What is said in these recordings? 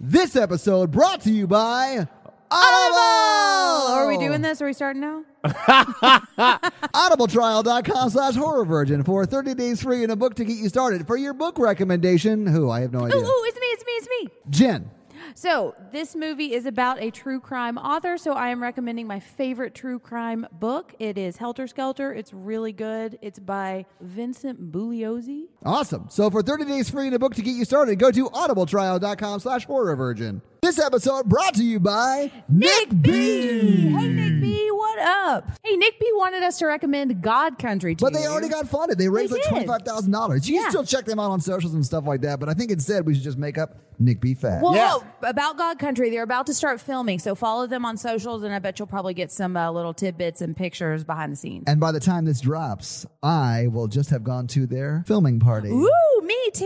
This episode brought to you by Audible. Oh, Are we doing this? Are we starting now? audibletrial.com slash horror virgin for 30 days free and a book to get you started for your book recommendation who i have no idea Ooh, ooh, it's me, it's me, it's me. jen So, this movie is about a true crime author. So, I am recommending my favorite true crime book. It is Helter Skelter. It's really good. It's by Vincent Bugliosi. awesome so for 30 days free and a book to get you started go to audibletrial.com slash horror virgin this episode brought to you by nick, b Hey, Nick B, what up? Hey, Nick B wanted us to recommend God Country to but they you. already got funded they raised They like did. $25000 you Yeah. can still check them out on socials and stuff like that but i think instead we should just make up nick b fat Well, Yeah. no, about God Country, they're about to start filming, so follow them on socials, and I bet you'll probably get some uh, little tidbits and pictures behind the scenes. and by the time this drops i will just have gone to their filming party Ooh, me too.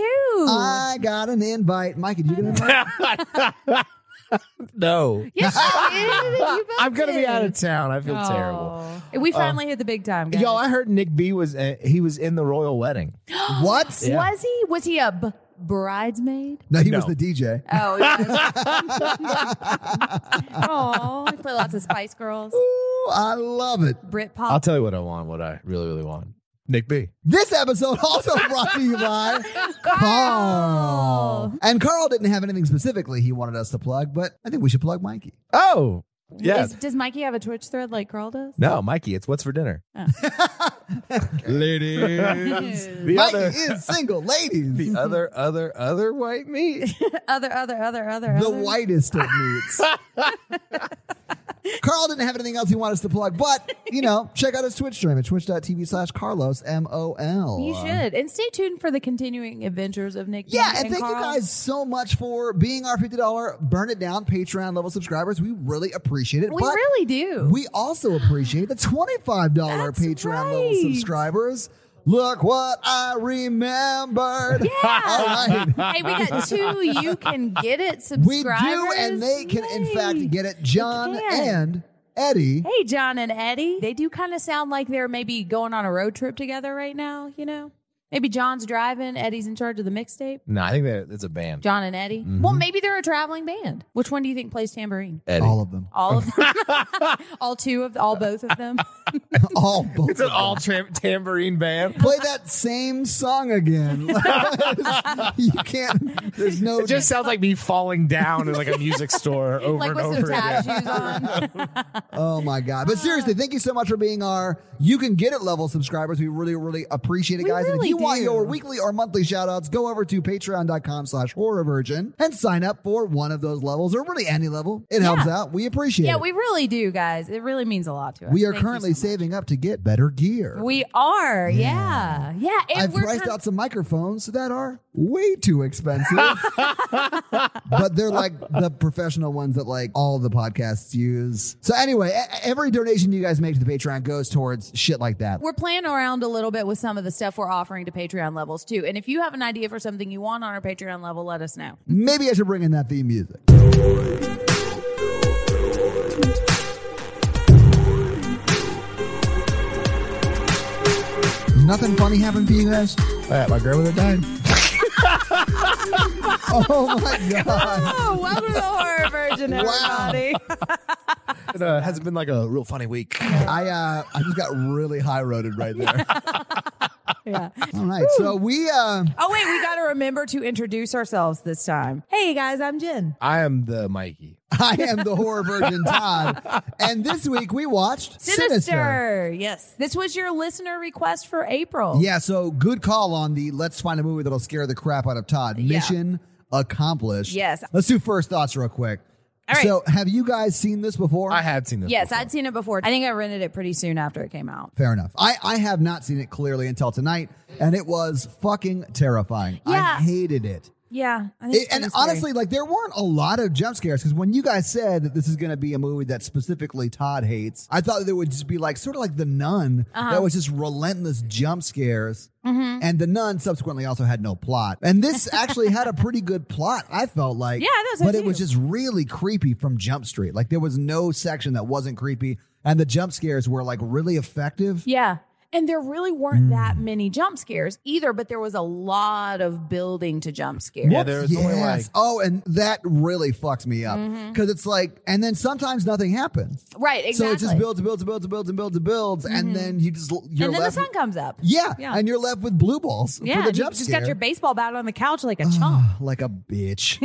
i got an invite mike did you get an invite No. yes, you did. You both I'm gonna be did. out of town. I feel terrible. Oh. We finally hit the big time, guys. Yo, I heard Nick B was uh, he was in the royal wedding. what Yeah. Was he? Was he a b- bridesmaid? no he No. was the dj Oh, oh, I play lots of Spice Girls, Ooh, I love it. Brit I'll pop. tell you what I want. What I really really want. Nick B. This episode also brought to you by Uh, Carl. And Carl didn't have anything specifically he wanted us to plug, but I think we should plug Mikey. Oh, yeah. Is- does Mikey have a Twitch thread like Carl does? no, Mikey. It's what's for dinner. Oh. Ladies. The Mikey other, is single, ladies. the The, other, other, other white meat. Other, other, other, other. other. whitest of meats. Carl didn't have anything else he wanted us to plug, but, you know, check out his Twitch stream at twitch.tv slash Carlos M-O-L. You should. And stay tuned for the continuing adventures of Nick. Yeah, Bean and, thank you Carl. guys so much for being our $50 Burn It Down Patreon level subscribers. We really appreciate it. We but really do. We also appreciate the $25 That's Patreon level right. subscribers. Look what I remembered. Yeah. All right. hey, we got two. You can get it. We Subscribers. do, and they can, in Yay. fact, get it. John can. and Eddie. Hey, John and Eddie. They do kind of sound like they're maybe going on a road trip together right now, you know? Maybe John's driving, Eddie's in charge of the mixtape. no, I think that it's a band. John and Eddie. Mm-hmm. Well, maybe they're a traveling band. Which one do you think plays tambourine? Eddie. All of them. All of them. all two of all both of them. All both. it's an all tra- tambourine band. Play that same song again. you can't. There's no. It just sounds like me falling down in like a music store over like and with over some again. tap shoes on. Oh my god! But seriously, thank you so much for being our you can get it level subscribers. We really, really appreciate it, We guys. and if really you want do. your weekly or monthly shout outs, go over to patreon.com slash horror virgin and sign up for one of those levels or really any level. It helps out. We appreciate Yeah, it. we really do, guys. It really means a lot to us. we are Thank you currently so much. saving up to get better gear. We are, yeah. Yeah. And I've we're priced kind- out some microphones that are way too expensive. but they're like the professional ones that like all the podcasts use. So anyway, e- every donation you guys make to the Patreon goes towards shit like that. We're playing around a little bit with some of the stuff we're offering to Patreon levels too. And if you have an idea for something you want on our Patreon level, let us know. Maybe I should bring in that theme music. Nothing funny happened to you guys? Yeah, my grandmother died. Oh my god. Oh, welcome to the Horror Virgin, everybody. It uh, hasn't been like a real funny week. I uh I just got really high roaded right there. yeah. All right. So we uh Oh, wait, we got to remember to introduce ourselves this time. Hey, guys, I'm Jen. I am the Mikey. I am the horror virgin Todd. And this week we watched Sinister. Sinister. Yes. This was your listener request for April. Yeah, so good call on the let's find a movie that'll scare the crap out of Todd. Yeah. Mission accomplished. Yes. Let's do first thoughts real quick. All right. So, have you guys seen this before? I have seen this. Yes, before. I'd seen it before. I think I rented it pretty soon after it came out. Fair enough. I, I have not seen it clearly until tonight, and it was fucking terrifying. Yeah. I hated it. Yeah. I think It- it's and pretty scary. honestly, like there weren't a lot of jump scares because when you guys said that this is going to be a movie that specifically Todd hates, I thought that there would just be like sort of like the Nun Uh-huh. that was just relentless jump scares, Mm-hmm. and the Nun subsequently also had no plot, and this actually had a pretty good plot. I felt like, Yeah, I thought so but it too. was just really creepy from Jump Street. Like there was no section that wasn't creepy, and the jump scares were like really effective. Yeah. And there really Mm. weren't that many jump scares either, but there was a lot of building to jump scares. Yeah, there was only like Yes. Oh, and that really fucks me up Mm-hmm. because it's like, and then sometimes nothing happens. Right, exactly. Mm-hmm. So it just builds and builds and builds and builds and builds and builds, and then you just you're and then left. the sun comes up. yeah, Yeah. and you're left with blue balls Yeah, for the and you jump just scare. Uh-huh. got your baseball bat on the couch like a chump. like a bitch.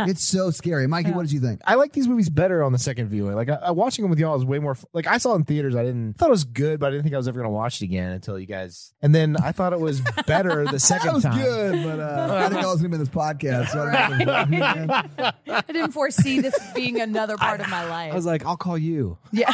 it's so scary, Mikey. What did you think? I like these movies better on the second viewing. Like I, I, watching them with y'all is way more. f- Like I saw in theaters, I didn't thought it was good, but I didn't think I was ever gonna watch it again until you guys. And then I thought it was better the second That was time. good, but uh, I think I was gonna be in this podcast. So I don't know. I didn't foresee this being another part of my life. I was like, I'll call you. yeah.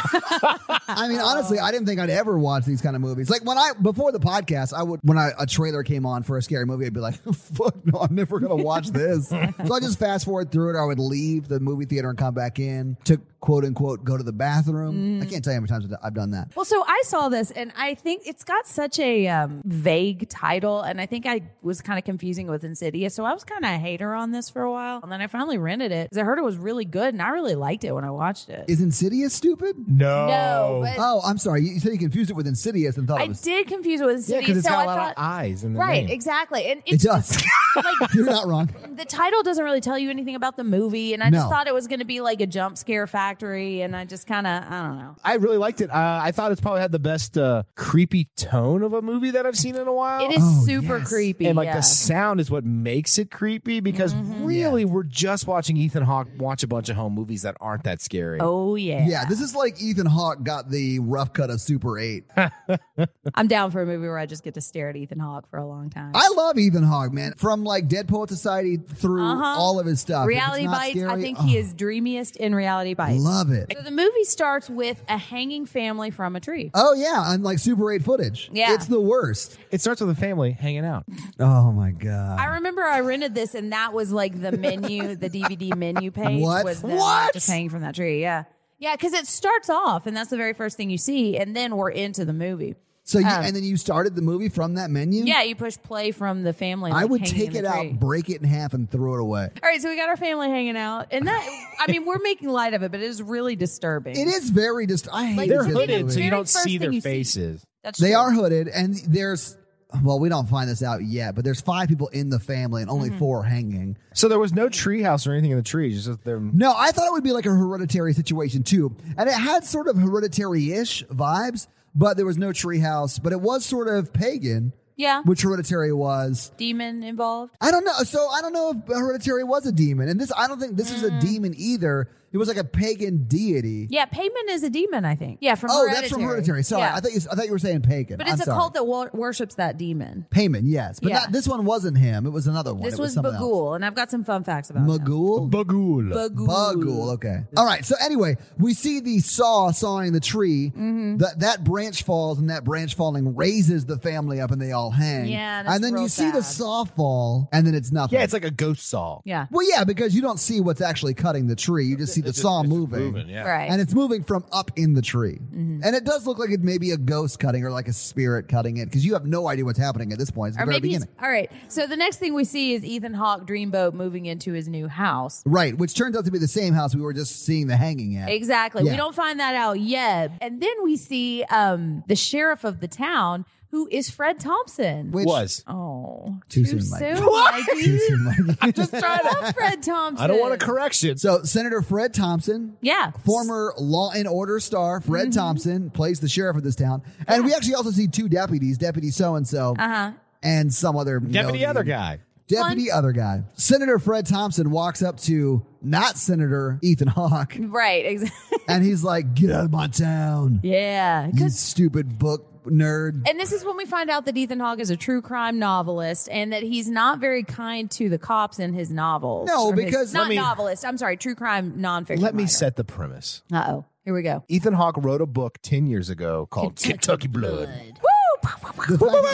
I mean, honestly, I didn't think I'd ever watch these kind of movies. Like when I before the podcast, I would when I, a trailer came on for a scary movie, I'd be like, "Fuck no, I'm never gonna watch this." so I just fast forward through it. Or I would leave the movie theater and come back in to quote unquote go to the bathroom. I can't tell you how many times I've done that. Well, so I saw this and I think it's got such a um, vague title. And I think I was kind of confusing it with Insidious. So I was kind of a hater on this for a while. And then I finally rented it because I heard it was really good and I really liked it when I watched it. Is Insidious stupid? No. No, but- Oh, I'm sorry. You said you confused it with Insidious and thought I it was. did confuse it with yeah, Insidious. because it's so got I a lot thought, of eyes in the Right, name. exactly. And It it's does. like You're not wrong. the the title doesn't really tell you anything about the movie. And I No. just thought it was going to be like a jump scare factory. And I just kind of, I don't know. I really liked it. Uh, I thought it's probably had the best uh, creepy tone of a movie that I've seen in a while. It is Oh, super yes. creepy. and like yeah. Mm-hmm. the sound is what makes it creepy because really we're just watching Ethan Hawke watch a bunch of home movies that aren't that scary. Oh, yeah. Yeah, this is like Ethan Hawke got the rough cut of Super Eight. I'm down for a movie where I just get to stare at Ethan Hawke for a long time. I love Ethan Hawke, man. From like Dead Poet Society through Uh-huh. all of his stuff. If it's Reality not Bites, I scary, think oh, he is dreamiest in Reality Bites. Love it. So the movie starts with a hanging family from a tree. Oh yeah, and like Super 8 footage. Yeah. It's the worst. It starts with a family hanging out. Oh my god. I remember I rented this, and that was like the menu, the DVD menu page What? was them What? just hanging from that tree. Yeah, yeah, because it starts off, and that's the very first thing you see, and then we're into the movie. so you, and then you started the movie from that menu? Oh. Yeah, you push play from the family. I like, would hanging take in it the out, tree. break it in half, and throw it away. All right, so we got our family hanging out, and that I mean, we're making light of it, but it is really disturbing. It is very just. I hate They're this hooded, so movie. you Very don't first see thing their you see. faces. That's They true. are hooded, and there's. Well, we don't find this out yet, but there's five people in the family, and only Mm-hmm. four hanging. So there was no treehouse or anything in the tree. Just that they're No, I thought it would be like a hereditary situation too. And it had sort of hereditary ish vibes, but there was no treehouse, but it was sort of pagan, yeah, which hereditary was. demon involved. I don't know. So I don't know if hereditary was a demon. And this, I don't think this is Mm. a demon either. It was like a pagan deity. Yeah, payment is a demon, I think. Yeah, from oh, Hereditary. that's from hereditary. Sorry. Yeah. I, thought you, I thought you were saying pagan. but it's I'm a sorry. cult that wor- worships that demon. Payment, yes. But Yeah. not, this one wasn't him. It was another one. This It was, something else. Bagul, and I've got some fun facts about him. Magul? Bagul. Bagul. Bugul. Okay. All right. So anyway, we see the saw sawing the tree. Mm-hmm. That that branch falls, and that branch falling raises the family up, and they all hang. Yeah, that's And then real you see the sad. saw fall, and then it's nothing. yeah, it's like a ghost saw. Yeah. well, yeah, because you don't see what's actually cutting the tree. You just see the saw moving. yeah. Right. Mm-hmm. And it's moving from up in the tree. And it does look like it may be a ghost cutting or like a spirit cutting it because you have no idea what's happening at this point. It's the or very maybe he's, beginning. all right. So the next thing we see is Ethan Hawke Dreamboat moving into his new house. Right, which turns out to be the same house we were just seeing the hanging at. Exactly. Yeah. We don't find that out yet. And then we see um, the sheriff of the town, who is Fred Thompson. Which- Was. oh, Too soon, Mike. Mikey. Too soon, Mike. I just love Fred Thompson. I don't want a correction. So Senator Fred Thompson, Yeah. former Law and Order star Fred Mm-hmm. Thompson, plays the sheriff of this town, and we actually also see two deputies, Deputy So and So, Uh-huh. and some other Deputy no other name. guy. deputy other guy. Senator Fred Thompson walks up to not Senator Ethan Hawke, Right. Exactly. and he's like, "Get out of my town, Yeah. you 'cause- stupid book nerd." And this is when we find out that Ethan Hawke is a true crime novelist and that he's not very kind to the cops in his novels. No, Or his- because- not let me- novelist. I'm sorry, true crime nonfiction. Let me writer. set the premise. Uh oh, here we go. Ethan Hawke wrote a book 10 years ago called Kentucky, Blood. Woo! The fact, that you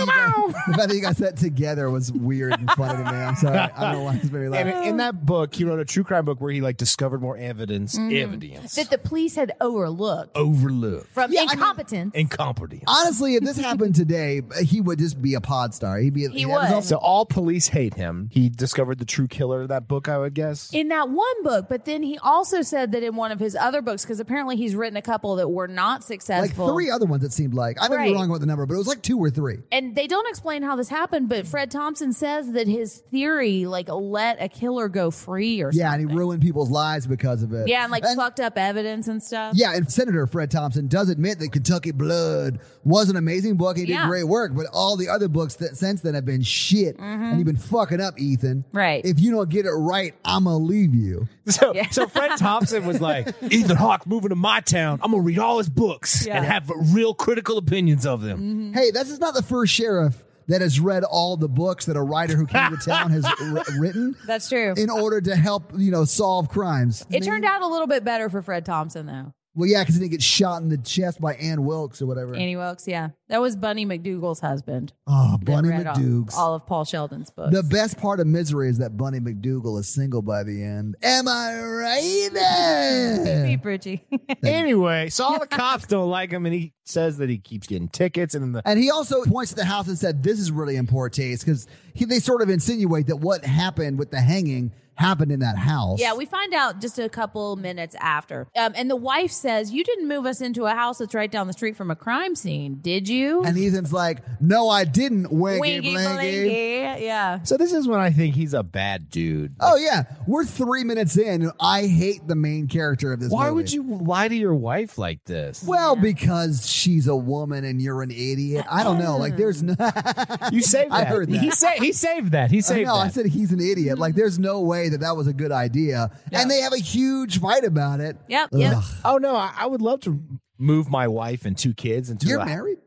guys, the fact that you guys that together was weird and funny to me. I'm sorry. I don't know why this made me And laugh. in that book, he wrote a true crime book where he like discovered more evidence, evidence, that the police had overlooked Oh, overlooked, from incompetence. incompetence. Honestly, if this happened today, he would just be a pod star. He'd be. He would. So all police hate him. He discovered the true killer of that book, I would guess. in that one book, but then he also said that in one of his other books, because apparently he's written a couple that were like not successful. three other ones. It seemed like I may be Right. wrong about the number, but it was like two or three. and they don't explain how this happened, but Fred Thompson says that his theory, like, let a killer go free or Yeah, and he ruined people's lives because of it. something. Yeah, and like fucked up evidence and stuff. Yeah, and Senator Fred Thompson does admit that Kentucky Blood was an amazing book. He did Yeah. great work, but all the other books that since then have been shit, and you've been fucking up, Ethan. Mm-hmm. Right. If you don't get it right, I'm gonna leave you. So, so Fred Thompson was like, Ethan Hawke moving to my town. I'm gonna read all his books Yeah. have real critical opinions of them. Mm-hmm. Hey, this is not the first sheriff that has read all the books that a writer who came to town has r- written That's true. in order to help you know solve crimes. it turned out a little bit better for Fred Thompson, though. well, yeah, because he didn't get shot in the chest by Ann Wilkes or whatever. Annie Wilkes, yeah. That was Bunny McDougal's husband. oh, that Bunny read all- McDougs. All, of Paul Sheldon's books. The best part of misery is that Bunny McDougal is single by the end. Am I Be right? Bridgie. Anyway, so all the cops don't like him, and he says that he keeps getting tickets, and the and he also points to the house and said, "This is really in poor taste because they sort of insinuate that what happened with the hanging happened in that house." Yeah, we find out just a couple minutes after. Um, and the wife says, You didn't move us into a house that's right down the street from a crime scene, did you? and Ethan's like, "No, I didn't." Winky, Winky blinky. blinky. Yeah. so this is when I think he's a bad dude. Oh yeah, we're three minutes in. I hate the main character of this. Why movie. would you lie to your wife like this? Well, because she's a woman and you're an idiot. I don't know. Like, there's no. You saved I that. heard that. He saved. He saved that. He saved no, that. I said he's an idiot. Like, there's no way that that was a good idea. And they have a huge fight about it. Yep. yep. Ugh. oh no, I, I would love to move my wife and two kids into. You're a, married?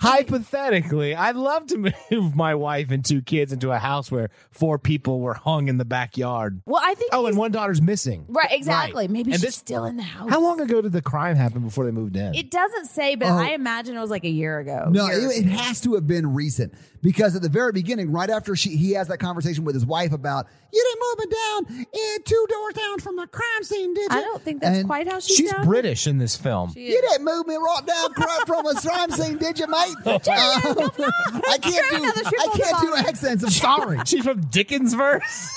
Hypothetically, I'd love to move my wife and two kids into a house where four people were hung in the backyard. Well, I think. Oh, and one daughter's missing. right, exactly. Maybe And she's this- still in the house. How long ago did the crime happen before they moved in? It doesn't say, but Oh. I imagine it was like a year ago. No, Year- it, it has to have been recent because at the very beginning, right after she, he has that conversation with his wife about, you didn't move it down eh, two doors down from the crime scene, did you? I don't think that's And quite how she She's sounded. British in this film. You didn't move me right down cr- from a crime scene, did you, mate? Um, I can't Sure, another do shrimp I on the can't do bottom. accents. I'm sorry. She's from Dickensverse.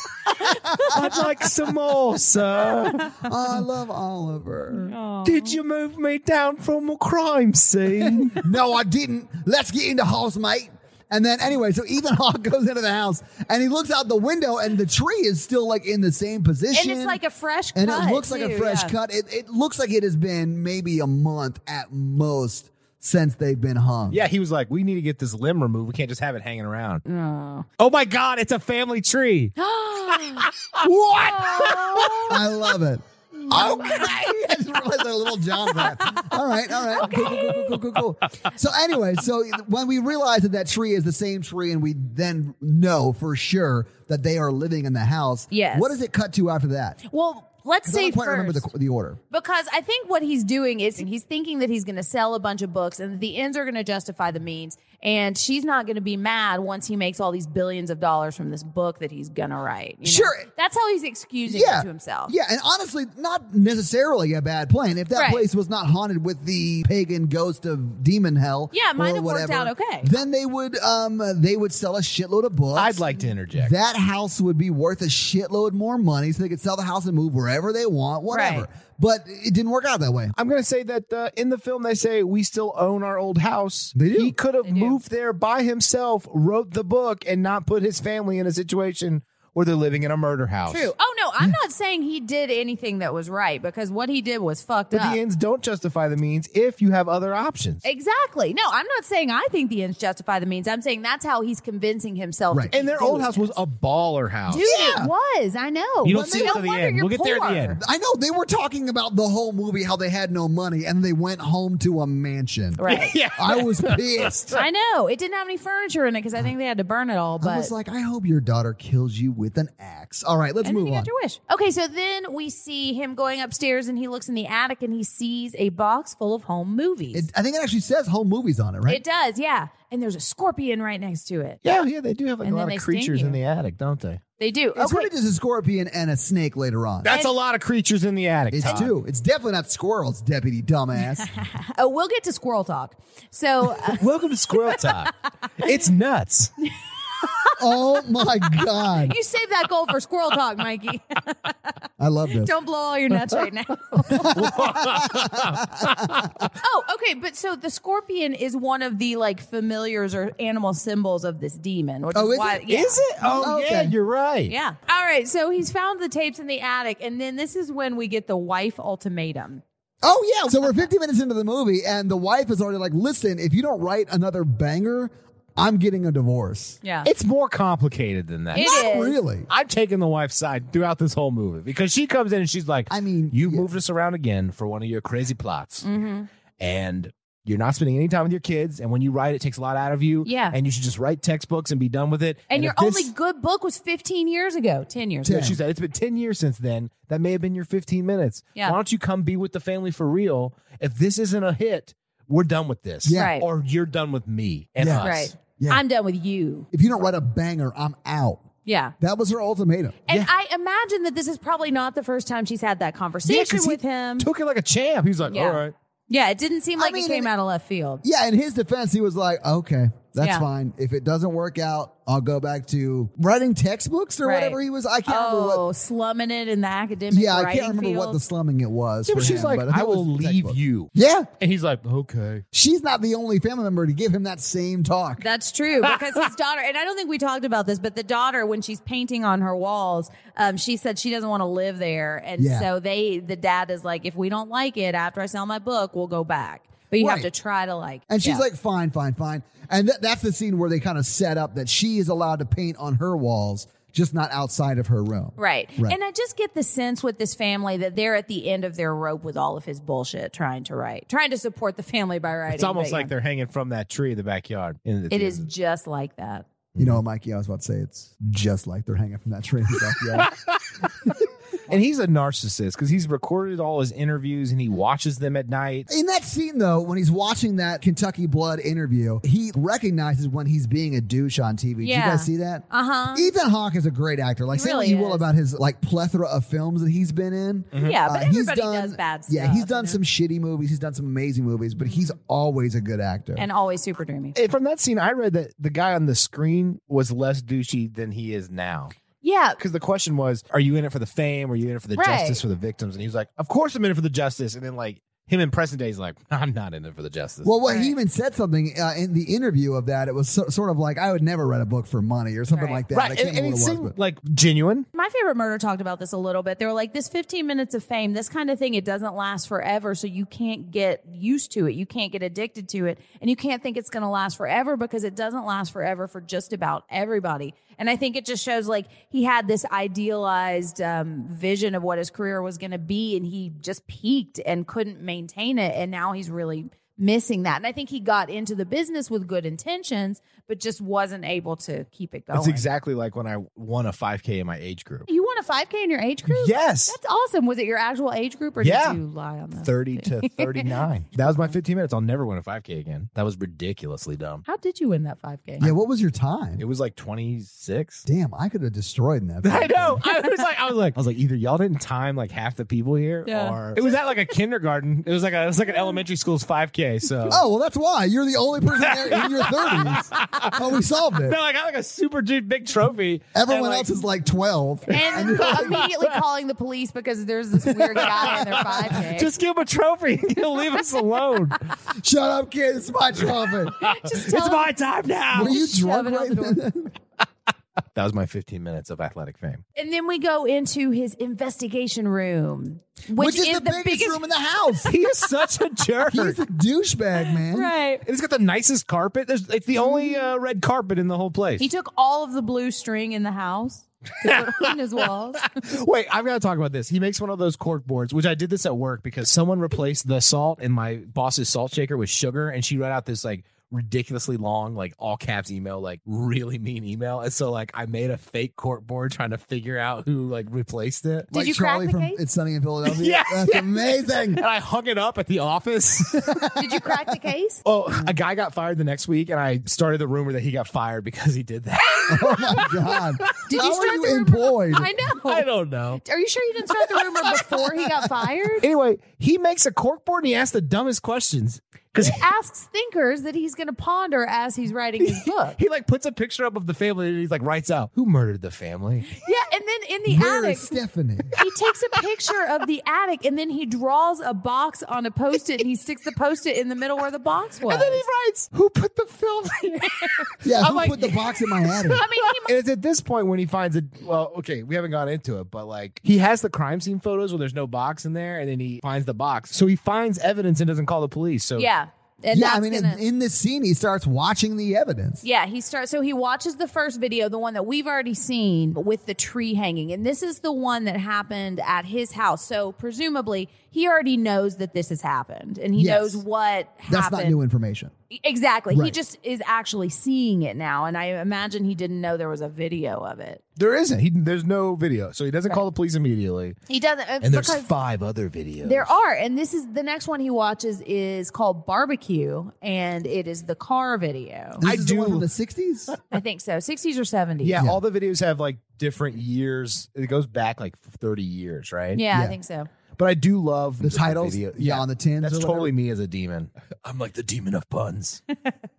I'd like some more, sir. I love Oliver. Mm-hmm. Did you move me down from a crime scene? No, I didn't. Let's get in the house, mate. And then anyway, so Ethan Hawke goes into the house and he looks out the window and the tree is still like in the same position. And it's like a fresh and cut. it looks like a too, fresh yeah. cut. It, it looks like it has been maybe a month at most since they've been hung. yeah, he was like, "We need to get this limb removed. We can't just have it hanging around." Oh my God, it's a family tree. what? I love it. Okay. I just realized that little John rap. All right, all right. Cool, cool, cool, cool, cool, cool. So anyway, so when we realize that that tree is the same tree and we then know for sure that they are living in the house, Yes. what does it cut to after that? Well, let's 'Cause I say don't quite first. remember the, the order. Because I think what he's doing is he's thinking that he's going to sell a bunch of books and that the ends are going to justify the means. And she's not going to be mad once he makes all these billions of dollars from this book that he's going to write. you know? Sure. That's how he's excusing Yeah, it to himself. Yeah, and honestly, not necessarily a bad plan. If that Right. place was not haunted with the pagan ghost of demon hell, Yeah, it might or have worked whatever, out okay. Then they would, um, they would sell a shitload of books. I'd like to interject. that house would be worth a shitload more money so they could sell the house and move wherever they want, whatever. Right. But it didn't work out that way. I'm going to say that uh, in the film they say we still own our old house. They do. He could have moved there by himself, wrote the book, and not put his family in a situation where they're living in a murder house. True. Oh, no, I'm not saying he did anything that was right because what he did was fucked But up. the ends don't justify the means if you have other options. Exactly. No, I'm not saying I think the ends justify the means. I'm saying that's how he's convincing himself. to Right. keep And their doing old house it. was a baller house. Dude, it was. I know. You don't Well, see no it till the wonder end. you're We'll get there at the poor. end. I know they were talking about the whole movie how they had no money and they went home to a mansion. Right. yeah. I was pissed. I know. It didn't have any furniture in it because I think they had to burn it all. But I was like, I hope your daughter kills you with an axe. All right, let's and then move you on. got your fish. Okay, so then we see him going upstairs and he looks in the attic and he sees a box full of home movies. It, I think it actually says home movies on it, right? It does, yeah. And there's a scorpion right next to it. Yeah, yeah, they do have like, a And then lot they of sting creatures you. in the attic, don't they? They do. It's okay. really just a scorpion and a snake later on. That's a lot of creatures in the attic. it's Todd. two. It's definitely not squirrels, deputy dumbass. Oh, we'll get to squirrel talk. So uh, Welcome to Squirrel Talk. it's nuts. oh my god, You save that goal for squirrel talk, Mikey. I love this. don't blow all your nuts right now. oh, okay. But so the scorpion is one of the like familiars or animal symbols of this demon. Which Oh, is is why, it? Yeah. Is it? Oh, yeah, Okay. you're right. Yeah. All right. So he's found the tapes in the attic. And then this is when we get the wife ultimatum. Oh yeah. So we're 50 minutes into the movie, and the wife is already like, "Listen, if you don't write another banger, I'm getting a divorce." Yeah. It's more complicated than that. It Not is. really. I've taken the wife's side throughout this whole movie because she comes in and she's like, I mean, you yeah. moved us around again for one of your crazy plots, Mm-hmm. and you're not spending any time with your kids. And when you write, it takes a lot out of you. Yeah. and you should just write textbooks and be done with it. and your if this- only good book was 15 years ago, 10 years Ten. ago. she said it's been ten years since then. That may have been your fifteen minutes. Yeah. Why don't you come be with the family for real? If this isn't a hit, we're done with this. Yeah. Right. Or you're done with me and Yeah. us. Right. Yeah. I'm done with you. If you don't write a banger, I'm out. Yeah. That was her ultimatum. And I imagine that this is probably not the first time she's had that Yeah, conversation 'cause he with him. Took it like a champ. He's like, Yeah. all right. yeah, it didn't seem I like mean, it came it- out of left field. Yeah, in his defense, he was like, "Okay, that's Yeah. fine. If it doesn't work out, I'll go back to writing textbooks or Right. whatever he was. I can't remember Oh, what. slumming it in the academic. Yeah, I writing can't remember what field. the slumming it was. Yeah, for but she's him, like, but I it was will the leave textbook. you. Yeah, And he's like, okay. she's not the only family member to give him that same talk. That's true because his daughter, and I don't think we talked about this, but the daughter, when she's painting on her walls, um, she said she doesn't want to live there, and Yeah. so they, the dad is like, if we don't like it after I sell my book, we'll go back, but you have Right. to try to like. And she's yeah. like, fine, fine, fine. And th- that's the scene where they kind of set up that she is allowed to paint on her walls, just not outside of her room. Right. Right. And I just get the sense with this family that they're at the end of their rope with all of his bullshit trying to write, trying to support the family by writing. It's almost but, like yeah. they're hanging from that tree in the backyard. In the It theater. is just like that. You know, Mikey, I was about to say it's just like they're hanging from that tree in the backyard. And he's a narcissist because he's recorded all his interviews and he watches them at night. in that scene, though, when he's watching that Kentucky Blood interview, he recognizes when he's being a douche on TV. Did Yeah. you guys see that? Uh huh. Ethan Hawke is a great actor. Like, He say what really you will is. Mm-hmm. about his like plethora of films that he's been in. Yeah, Uh, but he's everybody done- does bad stuff. Yeah, he's you done know? Mm-hmm. some shitty movies. He's done some amazing movies, but he's always a good actor. and always super dreamy. And from that scene, I read that the guy on the screen was less douchey than he is now. Yeah, Because the question was, are you in it for the fame? Are you in it for the Right. justice for the victims? And he was like, of course I'm in it for the justice. And then, like, him in present day is like, I'm not in it for the justice. Well, what Right. he even said something uh, in the interview of that. It was so, sort of like I would never write a book for money or something Right. like that. I right. can't And, and remember he what it was, seemed but- like genuine. My favorite murder talked about this a little bit. They were like, this 15 minutes of fame, this kind of thing, it doesn't last forever. So you can't get used to it. You can't get addicted to it. And you can't think it's going to last forever because it doesn't last forever for just about everybody. And I think it just shows like he had this idealized um, vision of what his career was going to be. And he just peaked and couldn't maintain it. And now he's really missing that. And I think he got into the business with good intentions, but just wasn't able to keep it going. That's exactly like when I won a 5K in my age group. You want a 5K in your age group? Yes. That's awesome. Was it your actual age group or Yeah. did you lie on that? 30 to 39. That was my 15 minutes. I'll never win a 5K again. That was ridiculously dumb. How did you win that 5K? yeah, what was your time? It was like 26. Damn, I could have destroyed in that. I know. I was like, I was like, I was like, either y'all didn't time like half the people here, Yeah. or it was at like a kindergarten. It was like a, it was like an elementary school's 5K. So Oh well, that's why you're the only person there in your thirties. Oh, we solved it. no, I got like a super ju- big trophy. Everyone and, like, else is like twelve. And immediately calling the police because there's this weird guy in their 5K. Just give him a trophy. He'll leave us alone. Shut up, kid. It's my trophy. Just it's tell him- my time now. Were you Shove drunk it out right the door. then? That was my 15 minutes of athletic fame. And then we go into his investigation room, which, Which is, the, biggest, room in the house. He is such a jerk. He's a douchebag, man. Right. And It's got the nicest carpet. There's, it's the only uh, red carpet in the whole place. He took all of the blue string in the house to put on his walls. Wait, I've got to talk about this. He makes one of those cork boards, which I did this at work because someone replaced the salt in my boss's salt shaker with sugar, and she read out this like ridiculously long, like all caps email, like really mean email. And so like I made a fake court board trying to figure out who like replaced it. Did like you crack Charlie the from case? It's Sunny in Philadelphia? Yeah. That's amazing. And I hung it up at the office. Did you crack the case? oh, a guy got fired the next week, and I started the rumor that he got fired because he did that. Oh my God. Did How you are start you the employed? rumor? I know. I don't know. Are you sure you didn't start the rumor before he got fired? Anyway, he makes a cork board and he asks the dumbest questions because Asks thinkers that he's going to ponder as he's writing his book. he like puts a picture up of the family and he's like writes out who murdered the family. Yeah, and then in the Where attic, is Stephanie? he takes a picture of the attic and then he draws a box on a post-it and he sticks the post-it in the middle where the box was. And then he writes who put the film. in?" Yeah, I'm who like- put the box in my attic? I mean, he And it's at this point when he finds it. Well, okay, we haven't gone into it, but like he has the crime scene photos where there's no box in there, and then he finds the box. So he finds evidence and doesn't call the police. So Yeah. And yeah, that's I mean, in- gonna, in, this scene, he starts watching the evidence. Yeah, he starts. So he watches the first video, the one that we've already seen with the tree hanging. And this is the one that happened at his house. So presumably, he already knows that this has happened and he Yes. knows what That's happened. not new information. E, Exactly. He Right. just is actually seeing it now. And I imagine he didn't know there was a video of it. there isn't. He, there's no video, so he doesn't call the police immediately. He doesn't. uh, And there's five other videos. There are, and this is the next one he watches is called Barbecue, and it is the car video. This I is the one do- from the sixties. I think so, sixties or seventies. Yeah, all the videos have like different years. It goes back like 30 years, right? yeah, I Yeah. think so. But I do love The titles? Yeah, on the tins That's or whatever. totally me as a demon. I'm like the demon of puns.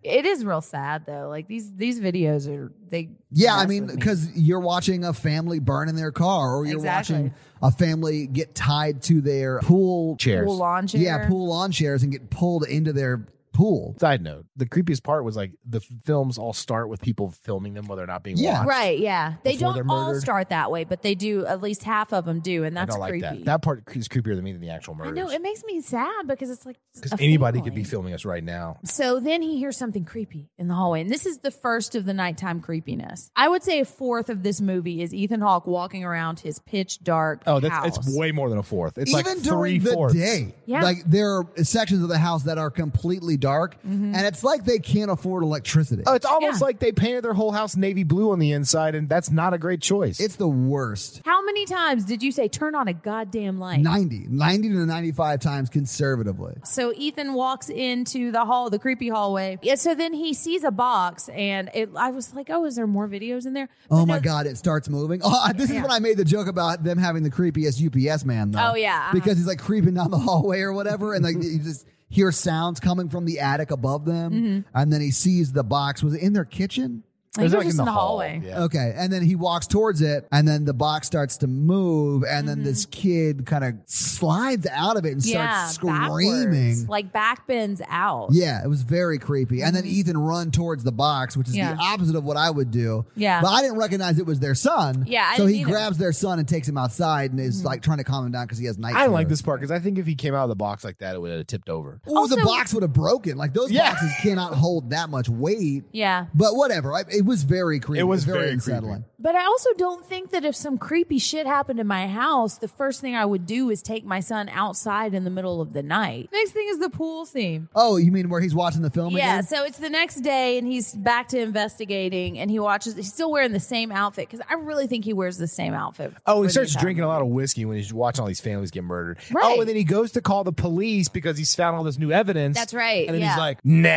It is real sad though. Like these these videos are they. Yeah, I mess mean, with me. because you're watching a family burn in their car, or you're Exactly. watching a family get tied to their pool Chairs. Pool lawn chair. Yeah, pool lawn chairs and get pulled into their pool. Side note: the creepiest part was like the f- films all start with people filming them while they're not being Yeah. watched. Right. Yeah. They Before don't they're all murdered. start that way, but they do. At least half of them do, and I that's don't like creepy. that. That part is creepier than me than the actual I murders. know it makes me sad because it's like because a anybody could family. be filming us right now. So then he hears something creepy in the hallway. And this is the first of the nighttime creepiness. I would say a fourth of this movie is Ethan Hawke walking around his pitch dark. Oh, that's house. it's way more than a fourth. It's Even like three during the fourths. day, Yeah. like there are sections of the house that are completely dark, and it's like they can't afford electricity. Oh, it's almost Yeah. like they painted their whole house navy blue on the inside, and that's not a great choice. it's the worst. How many times did you say turn on a goddamn light? 90, 90 to 95 times conservatively. So Ethan walks into the hall, the creepy hallway. Yeah. So then he sees a box, and it, I was like, "Oh, is there more videos in there?" Oh But my no- God, it starts moving. Oh, this is when I made the joke about them having the creepiest UPS man, though. Oh, yeah, uh-huh. Because he's like creeping down the hallway or whatever, and like you just hear sounds coming from the attic above them, Mm-hmm. and then he sees the box. Was it in their kitchen? I think It was, it like, was just in the hall. hallway. Yeah. Okay, and then he walks towards it, and then the box starts to move, and Mm-hmm. then this kid kind of slides out of it and Yeah, starts screaming. backwards. like back bends out. Yeah, it was very creepy. And then Ethan run towards the box, which is Mm-hmm. Yeah. the opposite of what I would do. Yeah. But I didn't recognize it was their son. Yeah, I so didn't he either. Mm-hmm. grabs their son and takes him outside and is like trying to calm him down because he has night. I don't terror. like this part because I think if he came out of the box like that, it would have tipped over. Ooh, the Also- box would have broken. Like those Yeah. boxes cannot hold that much weight. Yeah. But whatever. I, it was very creepy. It was very unsettling. But I also don't think that if some creepy shit happened in my house, the first thing I would do is take my son outside in the middle of the night. Next thing is the pool scene. Oh, you mean where he's watching the film yeah, again? so it's the next day and he's back to investigating and he watches, he's still wearing the same outfit because I really think he wears the same outfit. Oh, for he the starts entire drinking a movie. lot of whiskey when he's watching all these families get murdered. Right. Oh, and then he goes to call the police because he's found all this new evidence. That's right, And then yeah. he's like, nah.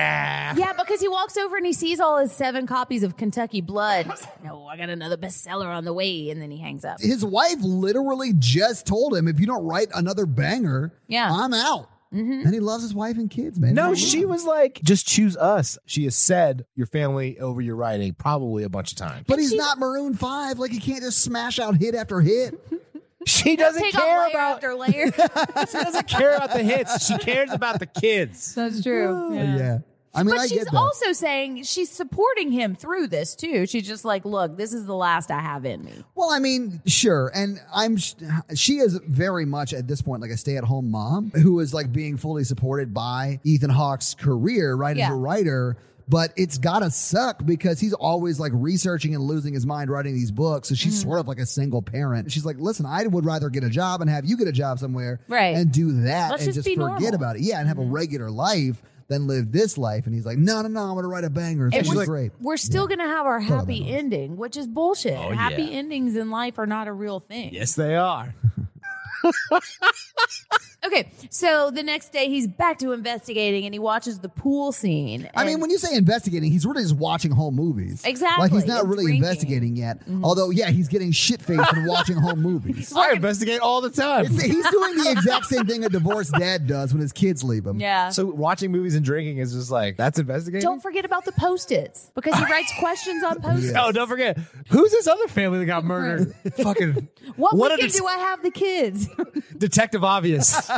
Yeah, because he walks over and he sees all his seven copies of Kentucky Blood. He's like, no, I got another bestseller on the way. And then he hangs up. His wife literally just told him, if you don't write another banger, Yeah. Mm-hmm. I'm out. And he loves his wife and kids, man. No, Wow. she was like, just choose us. She has said your family over your writing probably a bunch of times. But he's not Maroon 5. Like, he can't just smash out hit after hit. She doesn't Take care on layer about after layer. she doesn't care about the hits. She cares about the kids. That's true. Yeah. I mean, But I she's get that. also saying she's supporting him through this too. She's just like, look, this is the last I have in me. well, I mean, sure. And I'm, sh- she is very much at this point like a stay at home mom who is like being fully supported by Ethan Hawke's career, right? As Yeah. a writer. But it's gotta suck because he's always like researching and losing his mind writing these books. So Mm. she's sort of like a single parent. She's like, listen, I would rather get a job and have you get a job somewhere Right. and do that Let's and just, just be forget normal. Mm-hmm. about it. Yeah. And have a regular life then live this life. And he's like, no, no, no, I'm gonna write a banger. It's And gonna be we're- great. We're still going to have our Thought about happy those. ending, which is bullshit. Oh, happy yeah. endings in life are not a real thing. Yes, they are. Okay, so the next day he's back to investigating and he watches the pool scene. I mean, and- when you say investigating, he's really just watching home movies. Exactly. Like he's not And really drinking. Mm-hmm. investigating yet. Although, yeah, he's getting shit faced and watching home movies. I investigate all the time. It's- he's doing the exact same thing a divorced dad does when his kids leave him. Yeah. So watching movies and drinking is just like that's investigating. don't forget about the post-its because he writes questions on post-its. oh, don't forget who's this other family that got murdered? Fucking What, What a weekend dis- do I have the kids? Detective Obvious.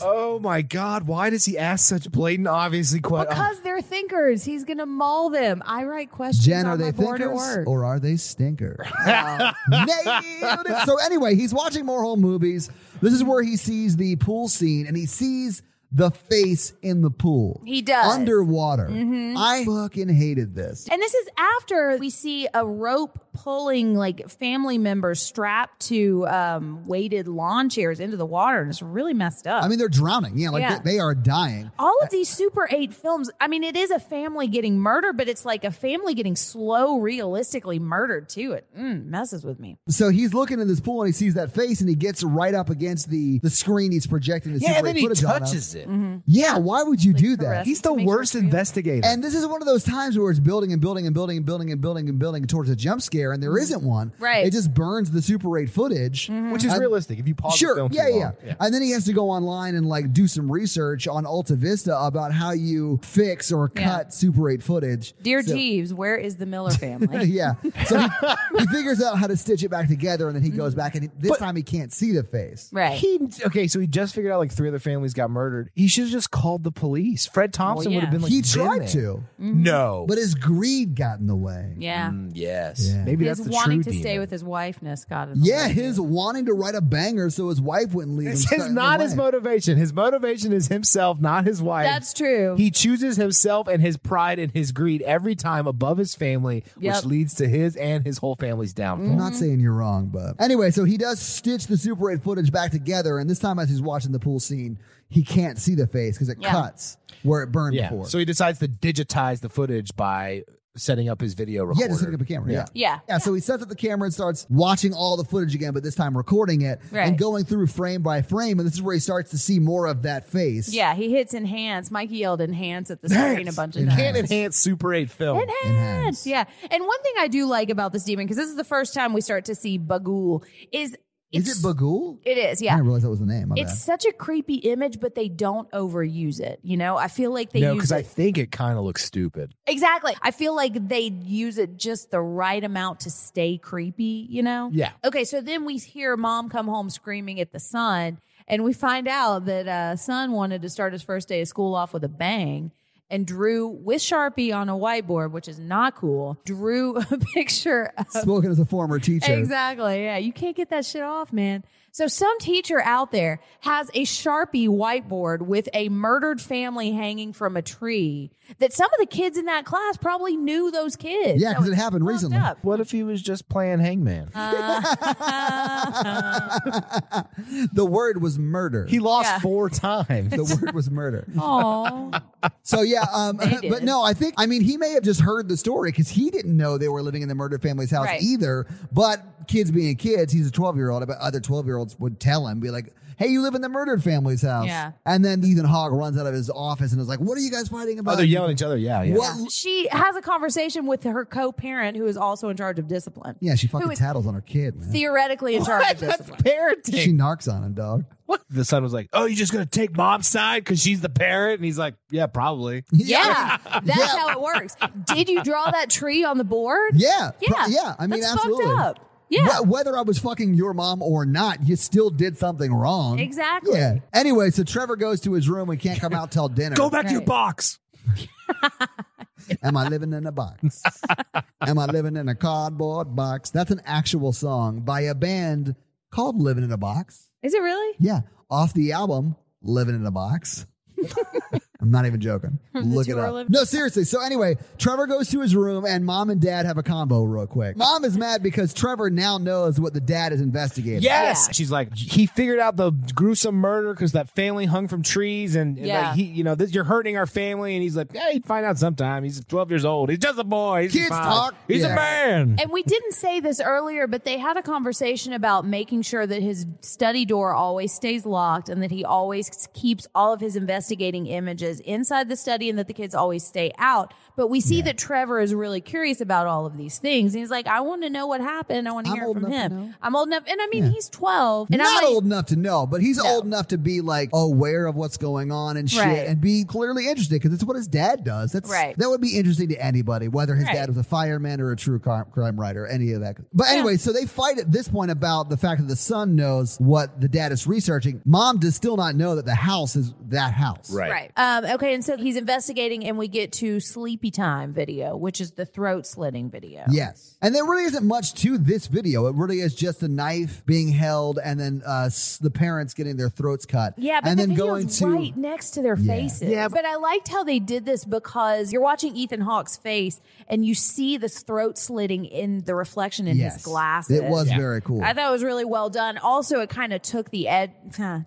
oh my God! Why does he ask such blatant, obviously? oh, Que- because they're thinkers. He's gonna maul them. I write questions Jen, on are they my board at thinkers work. or are they stinkers? Nailed it. So anyway, he's watching more home movies. This is where he sees the pool scene and he sees the face in the pool. He does. Mm-hmm. Underwater. I fucking hated this. and this is after we see a rope pulling like family members strapped to um, weighted lawn chairs into the water, and it's really messed up. I mean, they're drowning. Yeah, like Yeah. They, they are dying. all of these Super 8 films, I mean, it is a family getting murdered, but it's like a family getting slow, realistically murdered too. It mm, messes with me. So he's looking in this pool and he sees that face and he gets right up against the, the screen he's projecting the Yeah, Super and then 8 he footage on of. touches it. Mm-hmm. Yeah, why would you do that? caress He's to the make sure it's worst real. investigator. And this is one of those times where it's building and building and building and building and building and building towards a jump scare, and there isn't one. Right. It just burns the Super 8 footage. which is And- realistic if you Mm-hmm. pause the Sure. film. too Yeah, long. yeah, And then he has to go online and like do some research on Alta Vista about how you fix or cut Yeah. Super 8 footage. Dear So- Jeeves, where is the Miller family? yeah. So he, he figures out how to stitch it back together, and then he goes back, and he, this time he can't see the face. right. He okay, so he just figured out like three other families got murdered. He should have just called the police. Fred Thompson Well, would yeah. Mm-hmm. have been like, he been tried there. to, No, but his greed got in the way. yeah. Mm, yes. Yeah. maybe His that's the wanting true to stay demon. with his wifeness got in the Yeah, way. his wanting to write a banger so his wife wouldn't leave This him. got is in the not his way. motivation. His motivation is himself, not his wife. That's true. He chooses himself and his pride and his greed every time above his family, Yep. which leads to his and his whole family's downfall. I'm not saying you're wrong, but anyway, so he does stitch the Super 8 footage back together, and this time as he's watching the pool scene, he can't see the face because it cuts where it burned Yeah. before. So he decides to digitize the footage by setting up his video recorder. yeah, just hook up a camera. Yeah. Yeah. Yeah, so he sets up the camera and starts watching all the footage again, but this time recording it and Right. going through frame by frame. And this is where he starts to see more of that face. Yeah, he hits enhance. Mikey yelled enhance at the screen a bunch of times. Can't enhance Super 8 film. Enhance. Enhance. Yeah. and one thing I do like about this demon, because this is the first time we start to see Bagul, is Is it's, it Bagul? it is, I yeah. didn't realize that was the name. My It's such a creepy image, but they don't overuse it. You know, I feel like they no, use because it. I think it kind of looks stupid. exactly. I feel like they use it just the right amount to stay creepy, you know? Yeah. Okay, so then we hear mom come home screaming at the son, and we find out that uh, son wanted to start his first day of school off with a bang and drew with Sharpie on a whiteboard, which is not cool, drew a picture of. bad. Spoken as a former teacher. Exactly. Yeah. You can't get that shit off, man. So, some teacher out there has a Sharpie whiteboard with a murdered family hanging from a tree that some of the kids in that class probably knew those kids. Yeah, So 'cause it it's happened fucked recently. up. What if he was just playing Hangman? Uh, The word was murder. he lost four times. the word was murder. Aw. So yeah, um, They but did. no, I think I mean he may have just heard the story because he didn't know they were living in the murdered family's house Right. either. But kids being kids, he's a twelve year old. But other twelve year olds would tell him, be like, "Hey, you live in the murdered family's house." Yeah. And then Ethan Hawke runs out of his office and is like, "What are you guys fighting about?" oh, they're yelling at each other. Yeah, yeah. What? she has a conversation with her co-parent who is also in charge of discipline. Yeah, she fucking Who is- tattles on her kid, man. Theoretically in charge of discipline. Parenting. she narcs on him, dog. The son was like, "Oh, you're just gonna take mom's side because she's the parent," and he's like, "Yeah, probably." Yeah. That's how it works. Did you draw that tree on the board? Yeah. Yeah. Pro- yeah. I mean, That's absolutely. fucked up. Yeah. Wh- whether I was fucking your mom or not, you still did something wrong. Exactly. Yeah. Anyway, so Trevor goes to his room and can't come out till dinner. Go back to your Right. box. Am I living in a box? Am I living in a cardboard box? That's an actual song by a band called Living in a Box. Is it really? Yeah. Off the album, Living in a Box. I'm not even joking. Look it tour up. lift? No, seriously. So anyway, Trevor goes to his room and mom and dad have a combo real quick. Mom is mad because Trevor now knows what the dad is investigating. Yes, Yeah. she's like he figured out the gruesome murder because that family hung from trees, and, and, Yeah. like, he, you know, this, you're hurting our family. And he's like, yeah, he'd find out sometime. He's 12 years old. He's just a boy. He's Kids fine. talk. He's Yeah. a man. And we didn't say this earlier, but they had a conversation about making sure that his study door always stays locked and that he always keeps all of his investigating images inside the study and that the kids always stay out. But we see that Trevor is really curious about all of these things. And he's like, I want to know what happened. I want to I'm hear it old from enough to know. him. I'm old enough. And I mean, he's 12. And not I'm like, old enough to know, but he's old enough to be like aware of what's going on and shit, Right. and be clearly interested because it's what his dad does. That's Right. That would be interesting to anybody, whether his dad was a fireman or a true crime, crime writer, any of that. But anyway, so they fight at this point about the fact that the son knows what the dad is researching. Mom does still not know that the house is that house, Right. Um, okay. And so he's investigating, and we get to sleepy time video, which is the throat slitting video. Yes. And there really isn't much to this video. It really is just a knife being held and then uh, s- the parents getting their throats cut. Yeah, but and the then video's going to right next to their faces. Yeah, but, I liked how they did this because you're watching Ethan Hawke's face and you see this throat slitting in the reflection in yes. his glasses. It was very cool. I thought it was really well done. Also, it kind of took the edge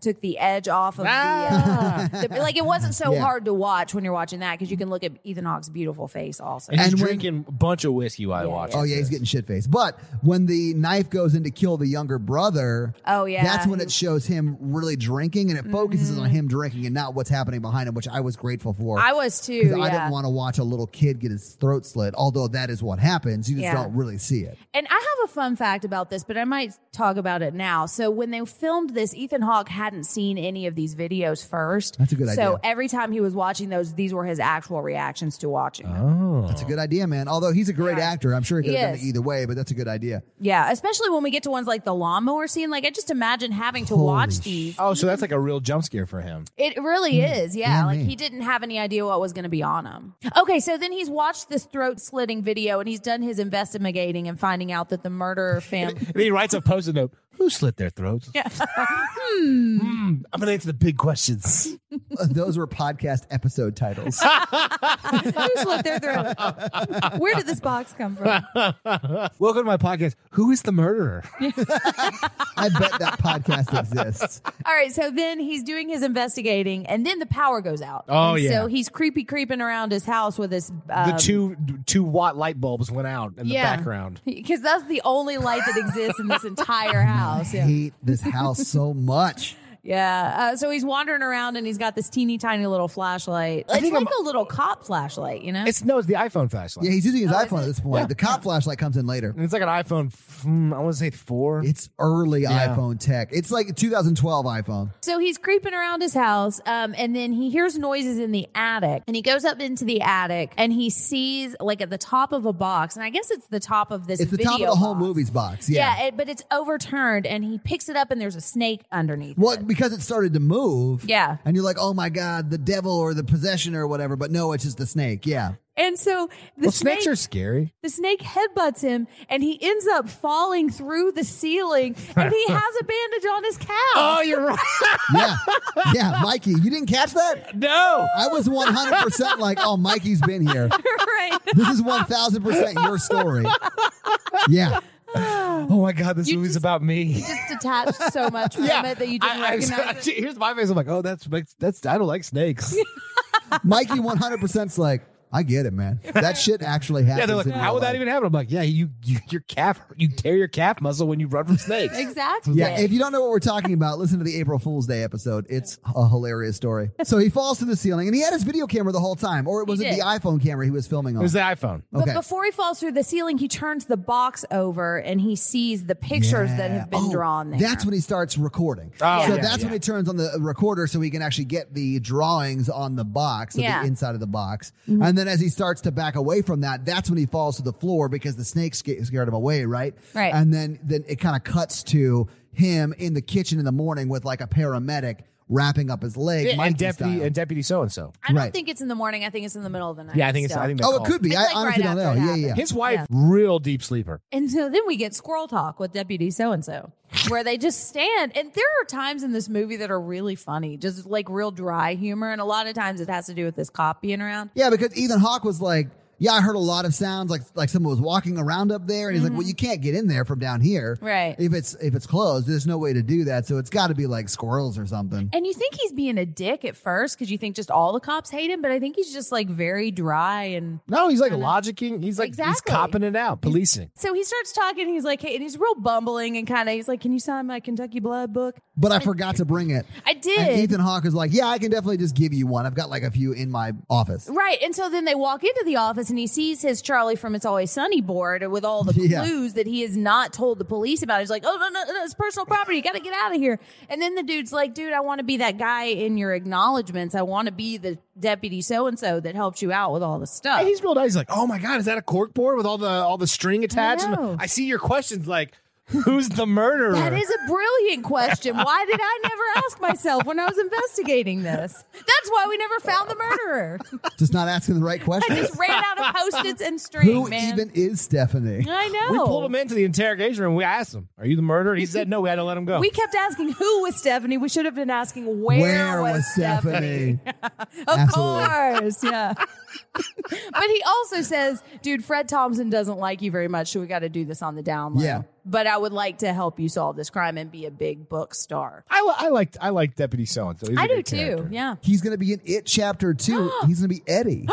took the edge off of the, uh, the- like it wasn't so Yeah. hard to watch when you're watching that because you can look at Ethan Hawke's beautiful face also. And, And he's when- drinking a bunch of whiskey while he watches. Oh yeah, he's this. getting shit faced. But when the knife goes in to kill the younger brother, Oh, yeah. Mm-hmm. that's when it shows him really drinking, and it focuses on him drinking and not what's happening behind him, which I was grateful for. I was too. 'Cause Yeah. I didn't want to watch a little kid get his throat slit, although that is what happens. You just Yeah. don't really see it. And I have a fun fact about this, but I might talk about it now. So when they filmed this, Ethan Hawke hadn't seen any of these videos first. That's a good idea. So every time he was watching those, these were his actual reactions to watching. Uh-huh. them. That's a good idea, man. Although he's a great actor, I'm sure he could He have done it is. either way, but that's a good idea. Yeah, especially when we get to ones like the lawnmower scene. Like I just imagine having to Holy watch these. Oh, so that's like a real jump scare for him. It really is. Yeah. Mm, Yeah, like man. he didn't have any idea what was going to be on him. Okay. So then he's watched this throat slitting video and he's done his investigating and finding out that the murderer family. And he writes a post-it note. Who slit their throats? Hmm. Yeah. I'm gonna answer the big questions. Uh, Those were podcast episode titles. Who slit their throat? Where did this box come from? Welcome to my podcast. Who is the murderer? I bet that podcast exists. All right, so then he's doing his investigating, and then the power goes out. Oh, And yeah. So he's creepy creeping around his house with his The um, two two watt light bulbs went out in yeah. the background. because that's the only light that exists in this entire house. I Yeah. hate this house so much. Yeah. Uh, so he's wandering around, and he's got this teeny tiny little flashlight. It's like think a little cop flashlight, you know. It's no, it's the iPhone flashlight. Yeah, he's using his Oh, iPhone at this point. The cop flashlight comes in later. Mm-hmm. And it's like an iPhone. mm, I want to say four. It's early iPhone tech. It's like 2012 iPhone. So he's creeping around his house, um, and then he hears noises in the attic, and he goes up into the attic, and he sees like at the top of a box, and I guess it's the top of this. It's the video top of the whole box. movies box. Yeah. Yeah, it, but it's overturned, and he picks it up, and there's a snake underneath. well, it. because it started to move. Yeah. And you're like, oh my God, the devil or the possession or whatever. But no, it's just the snake. Yeah. And so the well, snake, snakes are scary. the snake headbutts him, and he ends up falling through the ceiling, and he has a bandage on his calf. you're right. Yeah. yeah. Mikey, you didn't catch that? no. I was 100% like, oh, Mikey's been here. right. This is 1000% your story. Yeah. Oh my god, this movie's about me. Just detached so much from it that you didn't I- I- recognize it. Here's my face. I'm like, oh, that's that's. I don't like snakes. Mikey 100%'s like, I get it, man. That shit actually happens. yeah, they're like, in how real would that life." even happen? I'm like, yeah, you, you your calf, you tear your calf muscle when you run from snakes. Exactly. Yeah, if you don't know what we're talking about, listen to the April Fool's Day episode. It's a hilarious story. So he falls to the ceiling, and he had his video camera the whole time, or was it did. the iPhone camera he was filming on? It was the iPhone. okay. But before he falls through the ceiling, he turns the box over and he sees the pictures that have been Oh, drawn there. That's when he starts recording. Oh, so yeah, that's yeah. when he turns on the recorder so he can actually get the drawings on the box, of Yeah. Mm-hmm. the inside of the box. And then as he starts to back away from that, that's when he falls to the floor because the snake sca- scared him away, right? Right. And then then it kind of cuts to him in the kitchen in the morning with like a paramedic wrapping up his leg. Yeah, and Mikey deputy style. and deputy so and so. I don't right. think it's in the morning. I think it's in the middle of the night. Yeah, I think it's. still. I think Oh, it could be. It's I like honestly right don't know. after it Yeah, yeah. happened. His wife, real deep sleeper. And so then we get squirrel talk with Deputy So and So. where they just stand. And there are times in this movie that are really funny, just like real dry humor. And a lot of times it has to do with this cop being around. Yeah, because Ethan Hawke was like, "Yeah, I heard a lot of sounds, like like someone was walking around up there," and he's like, "Well, you can't get in there from down here, Mm-hmm. Right. If it's if it's closed, there's no way to do that. So it's got to be like squirrels or something." And you think he's being a dick at first because you think just all the cops hate him, but I think he's just like very dry and No, he's like logicking. He's like he's Exactly. copping it out, policing. so he starts talking. He's like, hey, and he's real bumbling and kind of he's like, can you sign my Kentucky Blood book? But I forgot to bring it. I did. And Ethan Hawke is like, "Yeah, I can definitely just give you one. I've got like a few in my office." Right. And so then they walk into the office and he sees his Charlie from It's Always Sunny board with all the Yeah. clues that he has not told the police about. He's like, oh, no, no, no, it's personal property. You got to get out of here. And then the dude's like, dude, I want to be that guy in your acknowledgments. I want to be the deputy so and so that helps you out with all the stuff. He's real nice. He's like, oh my god, is that a cork board with all the all the string attached? And know. I see your questions. Like, who's the murderer? That is a brilliant question. Why did I never ask myself when I was investigating this? That's why we never found the murderer. Just not asking the right I questions. just ran out of post-its and string, Who man. even is Stephanie? I know. we pulled him into the interrogation room. We asked him, "Are you the murderer?" He said, "No, we had to let him go." We kept asking who was Stephanie. We should have been asking where, Where was, was Stephanie. Stephanie? Of Absolutely. course, yeah. but he also says, "Dude, Fred Thompson doesn't like you very much, so we got to do this on the down low." Yeah. But I would like to help you solve this crime and be a big book star. I, li- I liked I liked Deputy So and So. I do too. Yeah. He's gonna be in It Chapter Two. He's gonna be Eddie.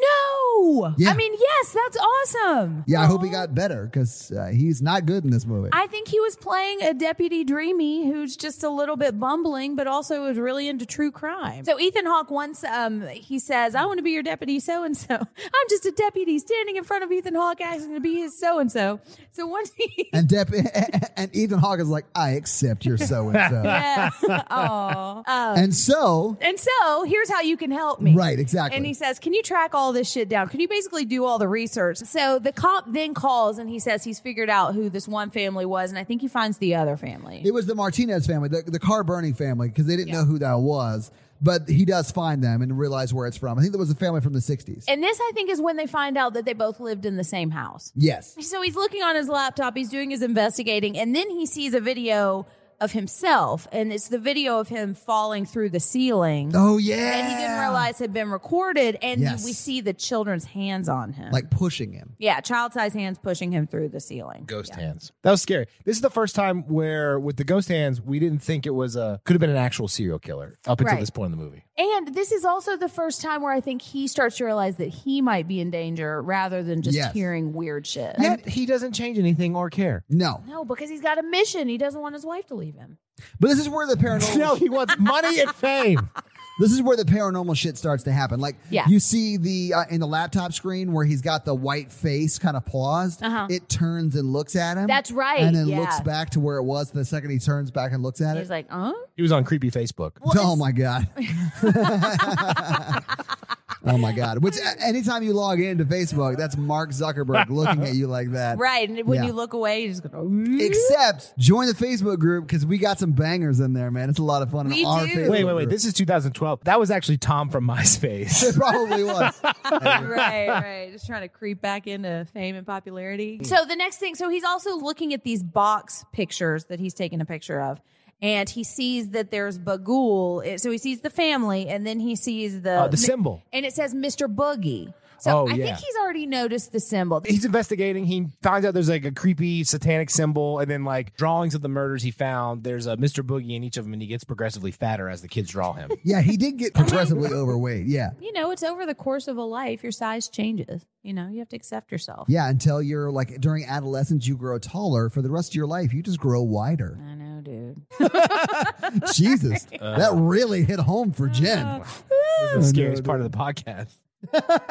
No. Yeah. I mean, yes, that's awesome. Yeah, I hope he got better because uh, he's not good in this movie. I think he was playing a deputy dreamy who's just a little bit bumbling, but also is really into true crime. So Ethan Hawke once um, he says, "I want to be your deputy so and so. I'm just a deputy standing in front of Ethan Hawke asking to be his so and so." So once he, and Dep- and Ethan Hawke is like, "I accept your so and so." oh, And so, and so here's how you can help me. right, exactly. And he says, Can you track all this shit down? Can you basically do all the research? So the cop then calls and he says he's figured out who this one family was. And I think he finds the other family. It was the Martinez family, the, the car burning family, because they didn't know who that was. But he does find them and realize where it's from. I think that was a family from the 60s. And this, I think, is when they find out that they both lived in the same house. yes. So he's looking on his laptop, he's doing his investigating, and then he sees a video of himself. And it's the video of him falling through the ceiling Oh, yeah. that he didn't realize had been recorded. And Yes. we see the children's hands on him. Like pushing him. yeah, child size hands pushing him through the ceiling. Ghost hands. That was scary. This is the first time where with the ghost hands, we didn't think it was a could have been an actual serial killer up until Right. this point in the movie. And this is also the first time where I think he starts to realize that he might be in danger rather than just Yes. hearing weird shit. Yet he doesn't change anything or care. No. No, because he's got a mission. He doesn't want his wife to leave him. But this is where the paranormal No, he wants money and fame. this is where the paranormal shit starts to happen. Like Yeah. you see the uh, in the laptop screen where he's got the white face kind of paused. Uh-huh. It turns and looks at him. That's right, And then yeah. looks back to where it was. The second he turns back and looks at He's it. like, huh? He was on creepy Facebook. oh my god. oh my god. Which a- anytime you log into Facebook, that's Mark Zuckerberg looking at you like that. Right. And when Yeah. you look away, you just go, "Mm." Except join the Facebook group because we got some bangers in there, man. It's a lot of fun. in We our do. Facebook Wait, wait, wait. group. This is 2012. That was actually Tom from MySpace. it probably was. right, right. Just trying to creep back into fame and Hmm. popularity. So the next thing, so he's also looking at these box pictures that he's taken a picture of. And he sees that there's Bagul. It- So he sees the family, and then he sees the Uh, the symbol. and it says Mr. Boogie. So Oh, I yeah. think he's already noticed the symbol. He's investigating. He finds out there's like a creepy satanic symbol, and then like drawings of the murders he found. There's a Mr. Boogie in each of them, and he gets progressively fatter as the kids draw him. Yeah, he did get progressively overweight. Yeah. You know, it's over the course of a life, your size changes. You know, you have to accept yourself. Yeah, until you're like during adolescence, you grow taller. For the rest of your life, you just grow wider. I know, dude. Jesus, Uh. that really hit home for Jen. the scariest part of the podcast.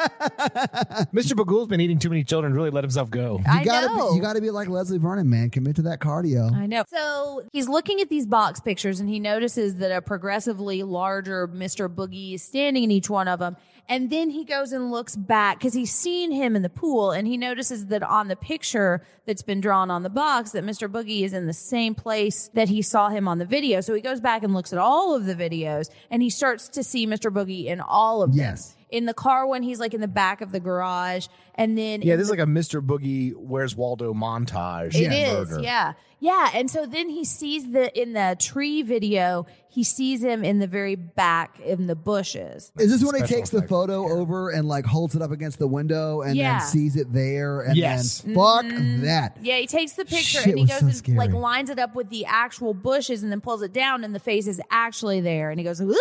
Mr. Bagul's been eating too many children, really let himself go. I You gotta, know. Be, you gotta be like Leslie Vernon, man. Commit to that cardio. I know. So he's looking at these box pictures and he notices that a progressively larger Mr. Boogie is standing in each one of them. And then he goes and looks back because he's seen him in the pool and he notices that on the picture that's been drawn on the box that Mr. Boogie is in the same place that he saw him on the video. So he goes back and looks at all of the videos and he starts to see Mr. Boogie in all of them. Yes. in the car one, he's like in the back of the garage, and then Yeah, this is like a Mr. Boogie Where's Waldo montage. It is, yeah, yeah. And so then he sees the in the tree video, he sees him in the very back in the bushes. Is this when he Special takes the effects, photo over and like holds it up against the window and Yeah. Mm-hmm. then sees it there and Yes. then fuck that. Yeah, he takes the picture Shit and he was goes so and scary. like lines it up with the actual bushes and then pulls it down and the face is actually there and he goes, "Whoop,"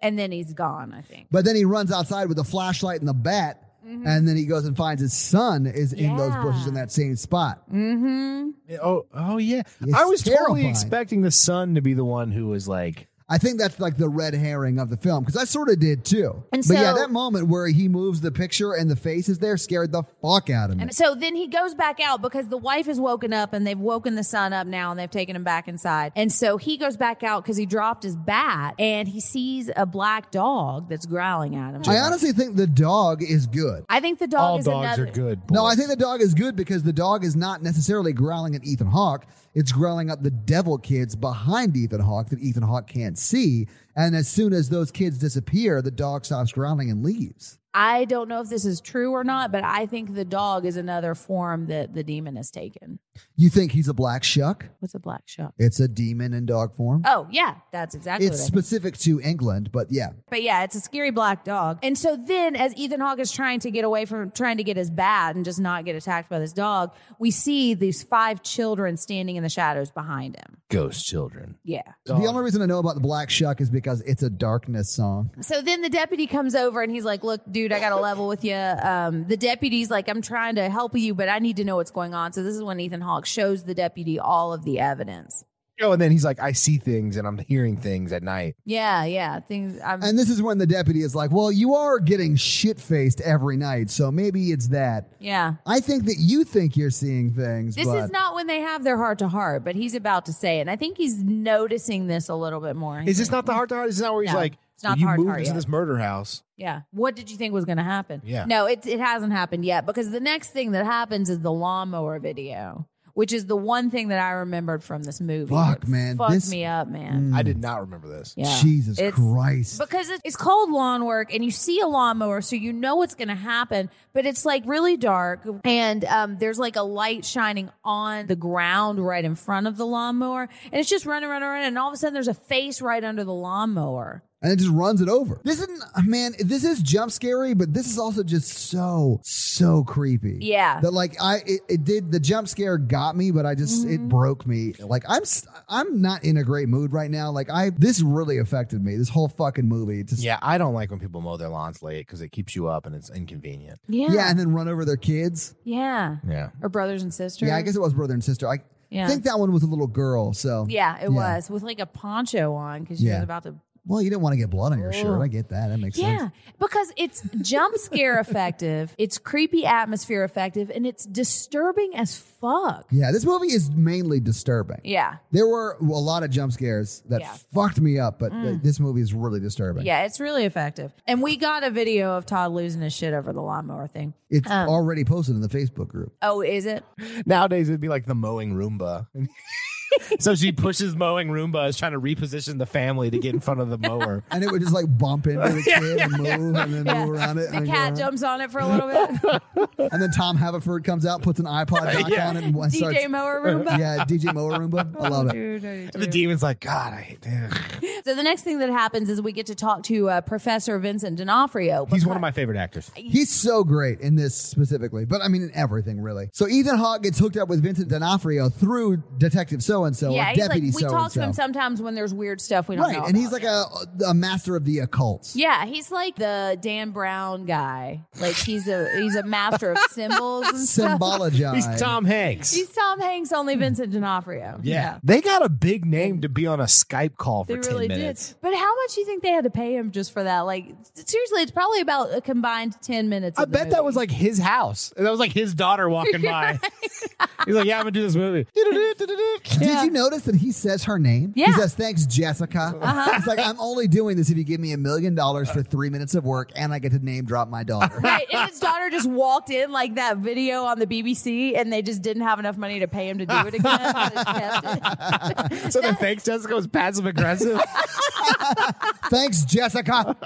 and then he's gone. I think. But then he runs outside with a flashlight and the bat. And then he goes and finds his son is in those Mm-hmm. Yeah. bushes in that same spot. Oh, oh yeah. It's I was terrifying. totally expecting the son to be the one who was like, I think that's like the red herring of the film because I sort of did too. And but yeah, so- that moment where he moves the picture and the face is there scared the fuck out of me. And so then he goes back out because the wife has woken up and they've woken the son up now and they've taken him back inside. And so he goes back out because he dropped his bat and he sees a black dog that's growling at him. I honestly think the dog is good. I think the dog all is dogs another. are good. No, I boys. think the dog is good because the dog is not necessarily growling at Ethan Hawke. It's growling at the devil kids behind Ethan Hawke that Ethan Hawke can't see. And as soon as those kids disappear, the dog stops growling and leaves. I don't know if this is true or not, but I think the dog is another form that the demon has taken. You think he's a black shuck? What's a black shuck? It's a demon in dog form. Oh yeah, that's exactly it's what I specific to England, but yeah. But yeah, it's a scary black dog. And so then, as Ethan Hawke is trying to get away from trying to get his bat and just not get attacked by this dog, we see these five children standing in the shadows behind him. ghost children. Yeah. The only reason I know about the black shuck is because it's a darkness song. So then the deputy comes over and he's like, "Look, dude, I got to level with you." Um, the deputy's like, "I'm trying to help you, but I need to know what's going on." So this is when Ethan Hawke shows the deputy all of the evidence. Oh, and then he's like, I see things and I'm hearing things at night. Yeah, yeah, things. I'm, And this is when the deputy is like, Well, you are getting shit faced every night, so maybe it's that. yeah. I think that you think you're seeing things. This but is not when they have their heart to heart, but he's about to say it. And I think he's noticing this a little bit more. Is this not the heart to heart? Is this not where he's No, like, it's not you the heart to moved heart into yet. this murder house? Yeah. What did you think was going to happen? Yeah. No, it, it hasn't happened yet because the next thing that happens is the lawnmower video, which is the one thing that I remembered from this movie. Fuck, that man. Fucked This- me up, man. I did not remember this. Mm. Yeah. Jesus It's- Christ. Because it- it's called lawn work and you see a lawnmower, so you know what's going to happen, but it's like really dark and um, there's like a light shining on the ground right in front of the lawnmower and it's just running, running, running. And all of a sudden there's a face right under the lawnmower. and it just runs it over. This isn't, man, this is jump scary, but this is also just so, so creepy. Yeah. That like I, it, it did, the jump scare got me, but I just, Mm-hmm. it broke me. Like I'm, s- I'm not in a great mood right now. Like I, this really affected me. This whole fucking movie. Just, Yeah, I don't like when people mow their lawns late because it keeps you up and it's inconvenient. Yeah. Yeah. Yeah. And then run over their kids. Yeah. Or brothers and sisters. Yeah. I guess it was brother and sister. I Mm-hmm. Yeah. think that one was a little girl. So, Yeah, it Yeah. was with like a poncho on because she Yeah. was about to. well, you didn't want to get blood on your shirt. I get that. That makes Yeah, sense. because it's jump scare effective, it's creepy atmosphere effective, and it's disturbing as fuck. Yeah. This movie is mainly disturbing. Yeah. There were a lot of jump scares that Yeah. Mm. fucked me up, but uh, this movie is really disturbing. Yeah, it's really effective. And we got a video of Todd losing his shit over the lawnmower thing. It's already posted in the Facebook group. Oh, is it? Nowadays, it'd be like the mowing Roomba. so she pushes mowing Roomba, is trying to reposition the family to get in front of the mower. And it would just like bump into the kid and move and then move around it. The and, cat go jumps on it for a little bit. around. and then Tom Haverford comes out, puts an iPod back on it, and one starts. DJ Mower Roomba. yeah, DJ Moa Roomba. I love it. And the demon's like, God, I hate that. So the next thing that happens is we get to talk to uh, Professor Vincent D'Onofrio. He's one of my favorite actors. He's so great in this specifically, but I mean in everything really. So Ethan Hawke gets hooked up with Vincent D'Onofrio through Detective So and So, yeah, or he's like, Deputy we So and talk to him So. sometimes when there's weird stuff we don't Right, know. and about. he's like a, a master of the occult. Yeah, he's like the Dan Brown guy. Like he's a he's a master of symbols and stuff. Symbologize. He's Tom Hanks. He's Tom Hanks, only Vincent D'Onofrio. yeah. They got a big name to be on a Skype call for They 10 really did. minutes. But how much do you think they had to pay him just for that? Like seriously, it's probably about a combined ten minutes. I of the bet that movie. was like his house. That was like his daughter walking by. He's like, yeah, I'm going to do this movie. Did you notice that he says her name? He Yeah. Uh-huh. says, thanks, Jessica. He's like, I'm only doing this if you give me a million dollars for three minutes of work and I get to name drop my daughter. Right, and his daughter just walked in like that video on the BBC, and they just didn't have enough money to pay him to do it again. so they kept it. So then thanks, Jessica was passive aggressive. thanks, Jessica.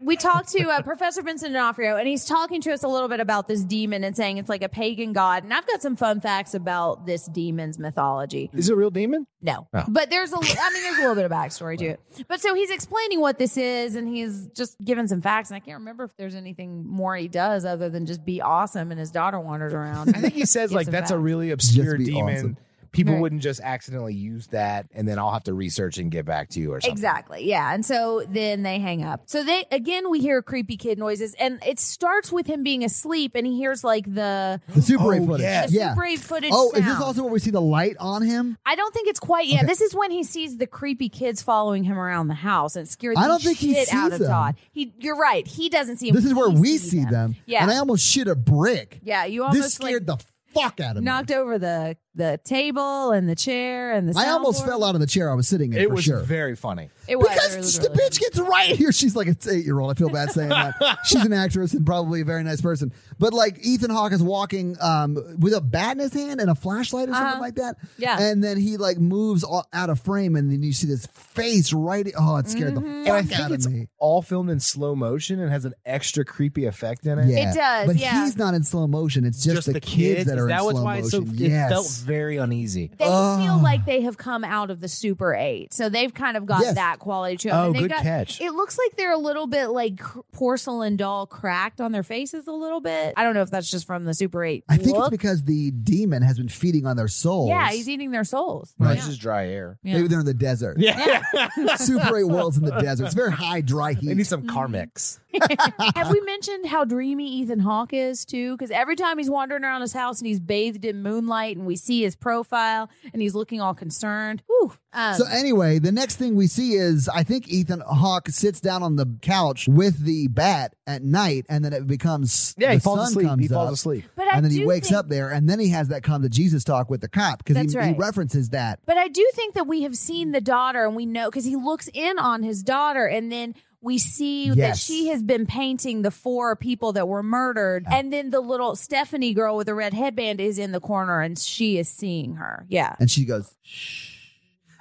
we talked to uh, Professor Vincent D'Onofrio, and he's talking to us a little bit about this demon and saying it's like a pagan god. And I've got some fun facts about this demon's mythology. Is it a real demon? No. But there's a, I mean, there's a little bit of backstory to it. But so he's explaining what this is and he's just giving some facts. And I can't remember if there's anything more he does other than just be awesome and his daughter wanders around. I think he says Get like some that's a facts. really obscure be demon. awesome. People Right. wouldn't just accidentally use that, and then I'll have to research and get back to you or something. Exactly. Yeah. And so then they hang up. So they again we hear creepy kid noises and it starts with him being asleep and he hears like the, The Super Oh, 8 footage. yeah. the super eight footage. Oh, is this sound. also where we see the light on him? I don't think it's quite yet. This is when he sees the creepy kids following him around the house and it scared the I don't think he shit out sees of them. Todd. He you're right. He doesn't see him. This is where We we see them. Yeah. And I almost shit a brick. yeah, you almost This like, scared the fuck out of me. knocked over the the table and the chair and the I almost soundboard. fell out of the chair I was sitting in It for was sure. very funny. It was because it was the really- bitch gets right here. She's like an eight year old. I feel bad saying that. She's an actress and probably a very nice person. But like Ethan Hawke is walking um, with a bat in his hand and a flashlight or something like that. Uh-huh. Yeah. And then he like moves all, out of frame and then you see this face right. Oh, it scared Mm-hmm. And I the fuck think out it's of me. all filmed in slow motion and has an extra creepy effect in it. Yeah. It does, But yeah. he's not in slow motion. It's just, the, kids, that Is are in was slow why it's so- motion. yes. it felt very uneasy. they Oh. feel like they have come out of the Super Eight, so they've kind of got Yes. that quality to them. Oh, And they good got- catch. It looks like they're a little bit like cr- porcelain doll cracked on their faces a little bit. I don't know if that's just from the Super Eight. I think it's look. because the demon has been feeding on their souls. yeah, he's eating their souls. Right. Yeah. It's just dry air. Yeah. Maybe they're in the desert. Yeah. Super 8 worlds in the desert. It's very high, dry they need heat. some Carmex. Have we mentioned how dreamy Ethan Hawke is too? Because every time he's wandering around his house and he's bathed in moonlight, and we see his profile, and he's looking all concerned. Whew. Um, So anyway, the next thing we see is I think Ethan Hawke sits down on the couch with the bat at night, and then it becomes Yeah, the he falls sun asleep. comes He falls up, asleep. but I and then do he wakes think- up there, and then he has that come to Jesus talk with the cop because That's he, he right. references that. But I do think that we have seen the daughter and we know because he looks in on his daughter and then we see that Yes. she has been painting the four people that were murdered. And then the little Stephanie girl with the red headband is in the corner and she is seeing her. Yeah. And she goes, shh.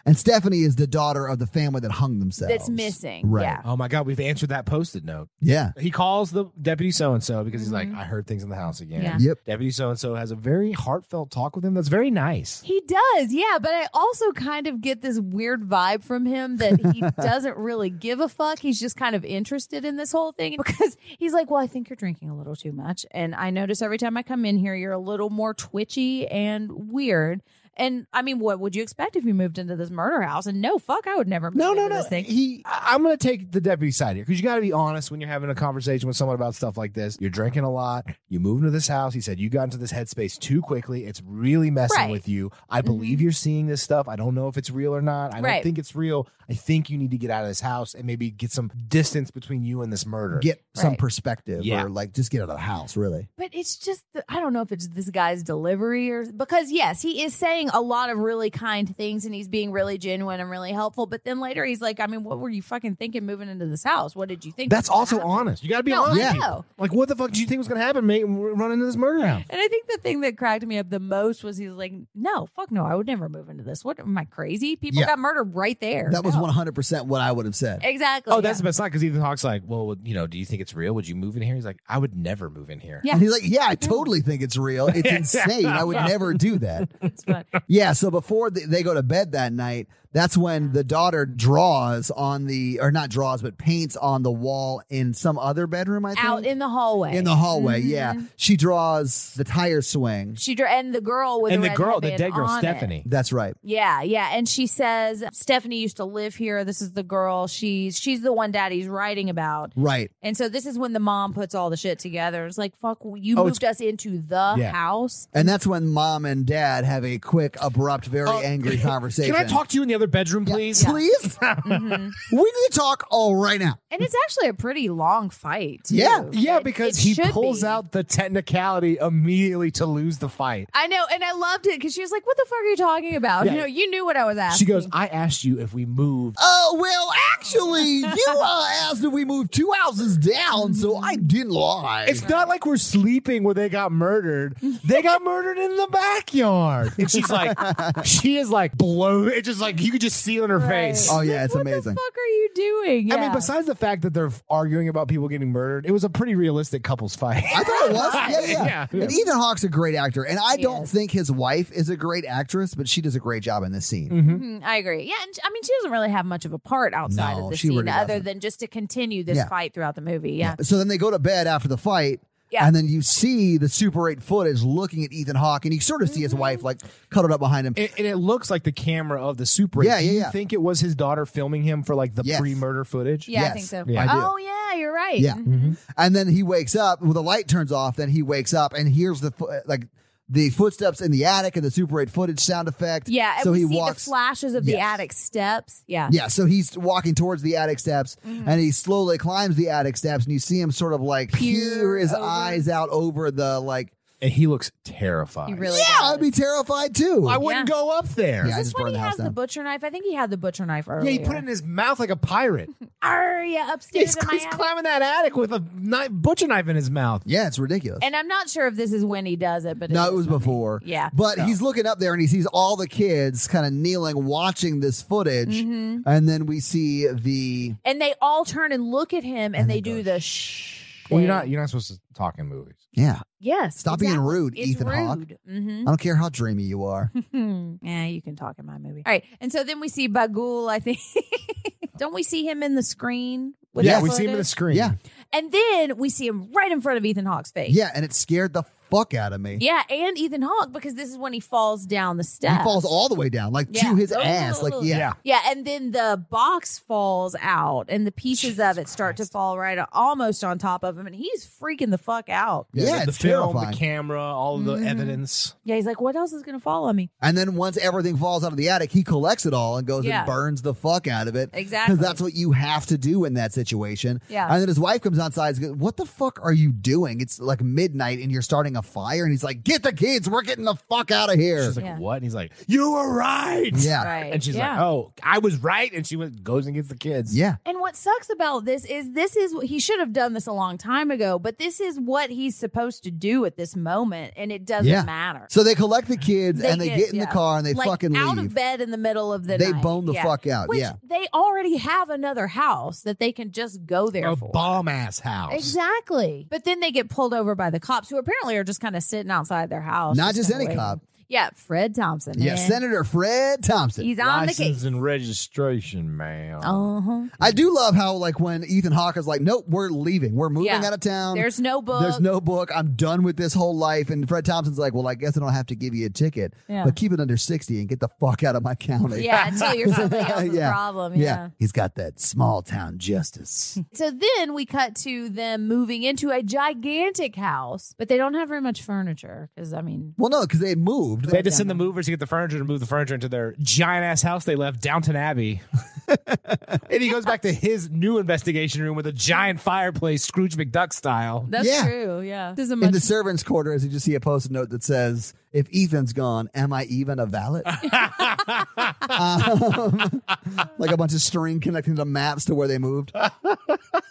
And Stephanie is the daughter of the family that hung themselves. That's missing. Right. Yeah. Oh my God, we've answered that posted note. Yeah. He calls the deputy so and so because he's like, I heard things in the house again. Mm-hmm. Yeah. Yep. Deputy so and so has a very heartfelt talk with him that's very nice. He does, yeah, but I also kind of get this weird vibe from him that he doesn't really give a fuck. He's just kind of interested in this whole thing because he's like, Well, I think you're drinking a little too much. And I notice every time I come in here, you're a little more twitchy and weird. And I mean, what would you expect if you moved into this murder house? And no, fuck, I would never move No, into no, no. this thing. He, I- I'm going to take the deputy side here because you got to be honest when you're having a conversation with someone about stuff like this. You're drinking a lot. You move into this house. He said you got into this headspace too quickly. It's really messing Right. Mm-hmm. with you. I believe you're seeing this stuff. I don't know if it's real or not. I Right. don't think it's real. I think you need to get out of this house and maybe get some distance between you and this murder. Get some Right. perspective, Yeah. or like just get out of the house, really. But it's just the, I don't know if it's this guy's delivery or because yes, he is saying a lot of really kind things and he's being really genuine and really helpful. But then later he's like, I mean, what were you fucking thinking moving into this house? What did you think? That's was gonna also happen?" honest. You got to be No, honest. I with know. people. Like, what the fuck did you think was going to happen, mate? when we Run into this murder house. And I think the thing that cracked me up the most was he was like, No, fuck no, I would never move into this. What am I crazy? People Yeah. got murdered right there. That was No. 100% what I would have said. exactly. Oh, that's the yeah. best line because Ethan Hawke's like, well, you know, do you think it's real? Would you move in here? He's like, I would never move in here. Yeah. And he's like, Yeah, I totally think it's real. It's insane. I would never do that. It's fun. Yeah. So before th- they go to bed that night, that's when the daughter draws on the, or not draws, but paints on the wall in some other bedroom, I think. out in the hallway. Mm-hmm. In the hallway. Yeah. She draws the tire swing. she dra- and the girl with and the red girl, the headband dead girl, on it. Stephanie. That's right. Yeah, yeah, and she says Stephanie used to live here. This is the girl. She's she's the one Daddy's writing about. Right. And so this is when the mom puts all the shit together. It's like, fuck, you Oh, moved us into the Yeah. house. And that's when mom and dad have a quick, abrupt, very Uh, angry conversation. Can I talk to you in the other bedroom, Yeah, please? Please? Mhm. We need to talk all right now. and it's actually a pretty long fight. too. Yeah. Yeah, It- because it he should pulls be. out the technicality immediately to lose the fight. I know, and I loved it because she was like, "What the fuck are you talking about? Yeah. You know, you knew what I was She asking." goes, I asked you if we moved. Oh, well, actually, you uh, asked if we moved two houses down, so I didn't lie. It's not like we're sleeping where they got murdered. They got murdered in the backyard. And she's like, she is like blow. It's just like you could just see it in her Right. face. oh, yeah, it's what amazing. the fuck are you doing? I mean, besides the fact that they're arguing about people getting murdered, it was a pretty realistic couples fight. I thought it was. Yeah, yeah. Yeah. And Ethan Hawke's a great actor, and I He don't is. think his wife is a great actress, but she does a great job in this scene. Mhm. Mm, I agree. Yeah, and sh- I mean, she doesn't really have much of a part outside No, of the she scene, really other doesn't. than just to continue this Yeah. fight throughout the movie. Yeah, So then they go to bed after the fight. Yeah. And then you see the Super 8 footage looking at Ethan Hawke, and you sort of see his Mm. wife like cuddled up behind him. And, and it looks like the camera of the Super. Yeah, 8. yeah, Do you yeah. think it was his daughter filming him for like the Yes. pre-murder footage? yeah, I Yes, think so. Yeah. I do. Oh yeah, you're right. Yeah. mm-hmm. Mhm. And then he wakes up. Well, the light turns off. Then he wakes up and hears the fo- like the footsteps in the attic and the Super 8 footage sound effect. yeah. And So we he see walks. the flashes of the Yes. attic steps. Yeah, yeah. So he's walking towards the attic steps, Mm-hmm. and he slowly climbs the attic steps, and you see him sort of like peer his over. eyes out over the like. And he looks terrified. he really. Yeah, does. I'd be terrified too. I wouldn't Yeah. go up there. Yeah, I Is this just when burned he the house has the down. butcher knife? I think he had the butcher knife earlier. Yeah, he put it in his mouth like a pirate. Arr, yeah, upstairs He's, in my he's attic. climbing that attic with a knife, butcher knife in his mouth. yeah, it's ridiculous. And I'm not sure if this is when he does it, but No, is it was when he- before. Yeah. But he's looking up there and he sees all the kids kind of kneeling watching this footage. Mm-hmm. And then we see the. And they all turn and look at him, and, And they they do go, the shh. Well, you're thing. not you're not supposed to talk in movies. Yeah. Yes. Stop being exactly. rude, It's Ethan Hawke. rude. Mm-hmm. I don't care how dreamy you are. Hmm. Yeah, you can talk in my movie. All right. And so then we see Bagul, I think. Don't we see him in the screen? with yeah, the we see him in the footage? screen. Yeah. And then we see him right in front of Ethan Hawke's face. Yeah. And it scared the fuck out of me. Yeah, and Ethan Hawke, because this is when he falls down the steps. He falls all the way down, like Yeah. to his ass. Like, yeah. Yeah. Yeah, and then the box falls out and the pieces of it start to fall right almost on top of him and he's freaking the fuck out. Yeah, the, the it's film, terrifying. Mm-hmm. the camera, all the evidence. Yeah, he's like, What else is gonna fall on me? and then once everything falls out of the attic, he collects it all and goes Yeah. and burns the fuck out of it. Exactly. Because that's what you have to do in that situation. Yeah. And then his wife comes outside and goes, What the fuck are you doing? It's like midnight and you're starting a fire. And he's like, Get the kids. We're getting the fuck out of here. She's like, Yeah. "What?" And he's like, "You were right." yeah. Right. And she's yeah. like, "Oh, I was right." And she went, goes and gets the kids. Yeah. And what sucks about this is this is he should have done this a long time ago, but this is what he's supposed to do at this moment, and it doesn't Yeah. matter. So they collect the kids They and they did, get in yeah. the car and they like fucking out leave. of bed in the middle of the They night. bone the Yeah. fuck out. Which yeah. they already have another house that they can just go there a for. bomb ass house. Exactly. But then they get pulled over by the cops, who apparently are just kind of sitting outside their house. Not just kinda any waiting. cop. Yeah, Fred Thompson. Yeah. man. Senator Fred Thompson. He's on the License case. and registration, man. Uh huh. I do love how, like, when Ethan Hawke is like, nope, we're leaving. We're moving Yeah. out of town. There's no book. There's no book. I'm done with this whole life. And Fred Thompson's like, well, I guess I don't have to give you a ticket, Yeah. but keep it under 60 and get the fuck out of my county. yeah, until you're something else's Yeah. problem. Yeah. yeah. He's got that small town justice. So then we cut to them moving into a gigantic house, but they don't have very much furniture because I mean, well, no, because they had moved. They had to send the movers to get the furniture to move the furniture into their giant ass house they left downton Abbey. and he goes back to his new investigation room with a giant fireplace, Scrooge McDuck style. that's Yeah. true. Yeah, this is a in much. the servants' quarters, you just see a post-it note that says, "If Ethan's gone, am I even a valet?" Um, like a bunch of string connecting the maps to where they moved.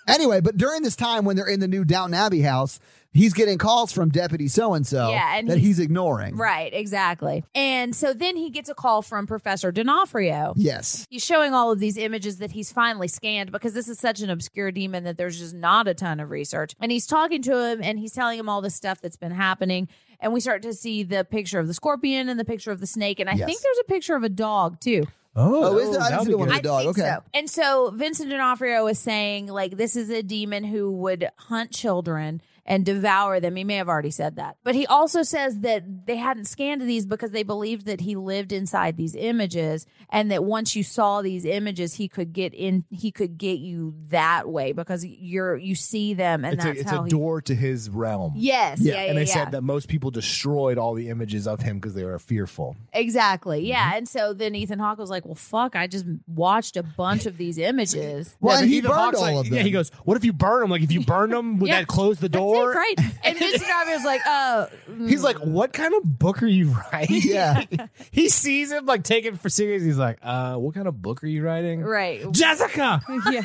anyway, but during this time when they're in the new Downton Abbey house, he's getting calls from Deputy So and So Yeah, and that he's- he's, ignoring. right, exactly. And so then he gets a call from Professor D'Onofrio. Yes. He's showing all of these images that he's finally scanned because this is such an obscure demon that there's just not a ton of research. And he's talking to him and he's telling him all this stuff that's been happening. And we start to see the picture of the scorpion and the picture of the snake. And I Yes. think there's a picture of a dog too. Oh, is there? I didn't see the one with the I dog. think okay. so. And so Vincent D'Onofrio is saying, like, this is a demon who would hunt children and devour them. He may have already said that. But he also says that they hadn't scanned these because they believed that he lived inside these images and that once you saw these images, he could get in he could get you that way because you're you see them and It's a, that's it's how a he door to his realm. Yes, yeah, yeah, and they yeah. said that most people destroyed all the images of him because they were fearful. exactly. Yeah, Mm-hmm. and so then Ethan Hawke was like, "Well, fuck! I just watched a bunch of these images." Well, Yeah, and but he Ethan burned Hawke's all like- of them. Yeah, he goes, "What if you burn them? Like if you burn them, would Yeah. that close the That's door?" it, right? And Vincent D'Onofrio's like, "Oh, He's like, "What kind of book are you writing?" Yeah. he sees him like taken for serious. He's like, "Uh, what kind of book are you writing?" Right. Jessica, Yeah.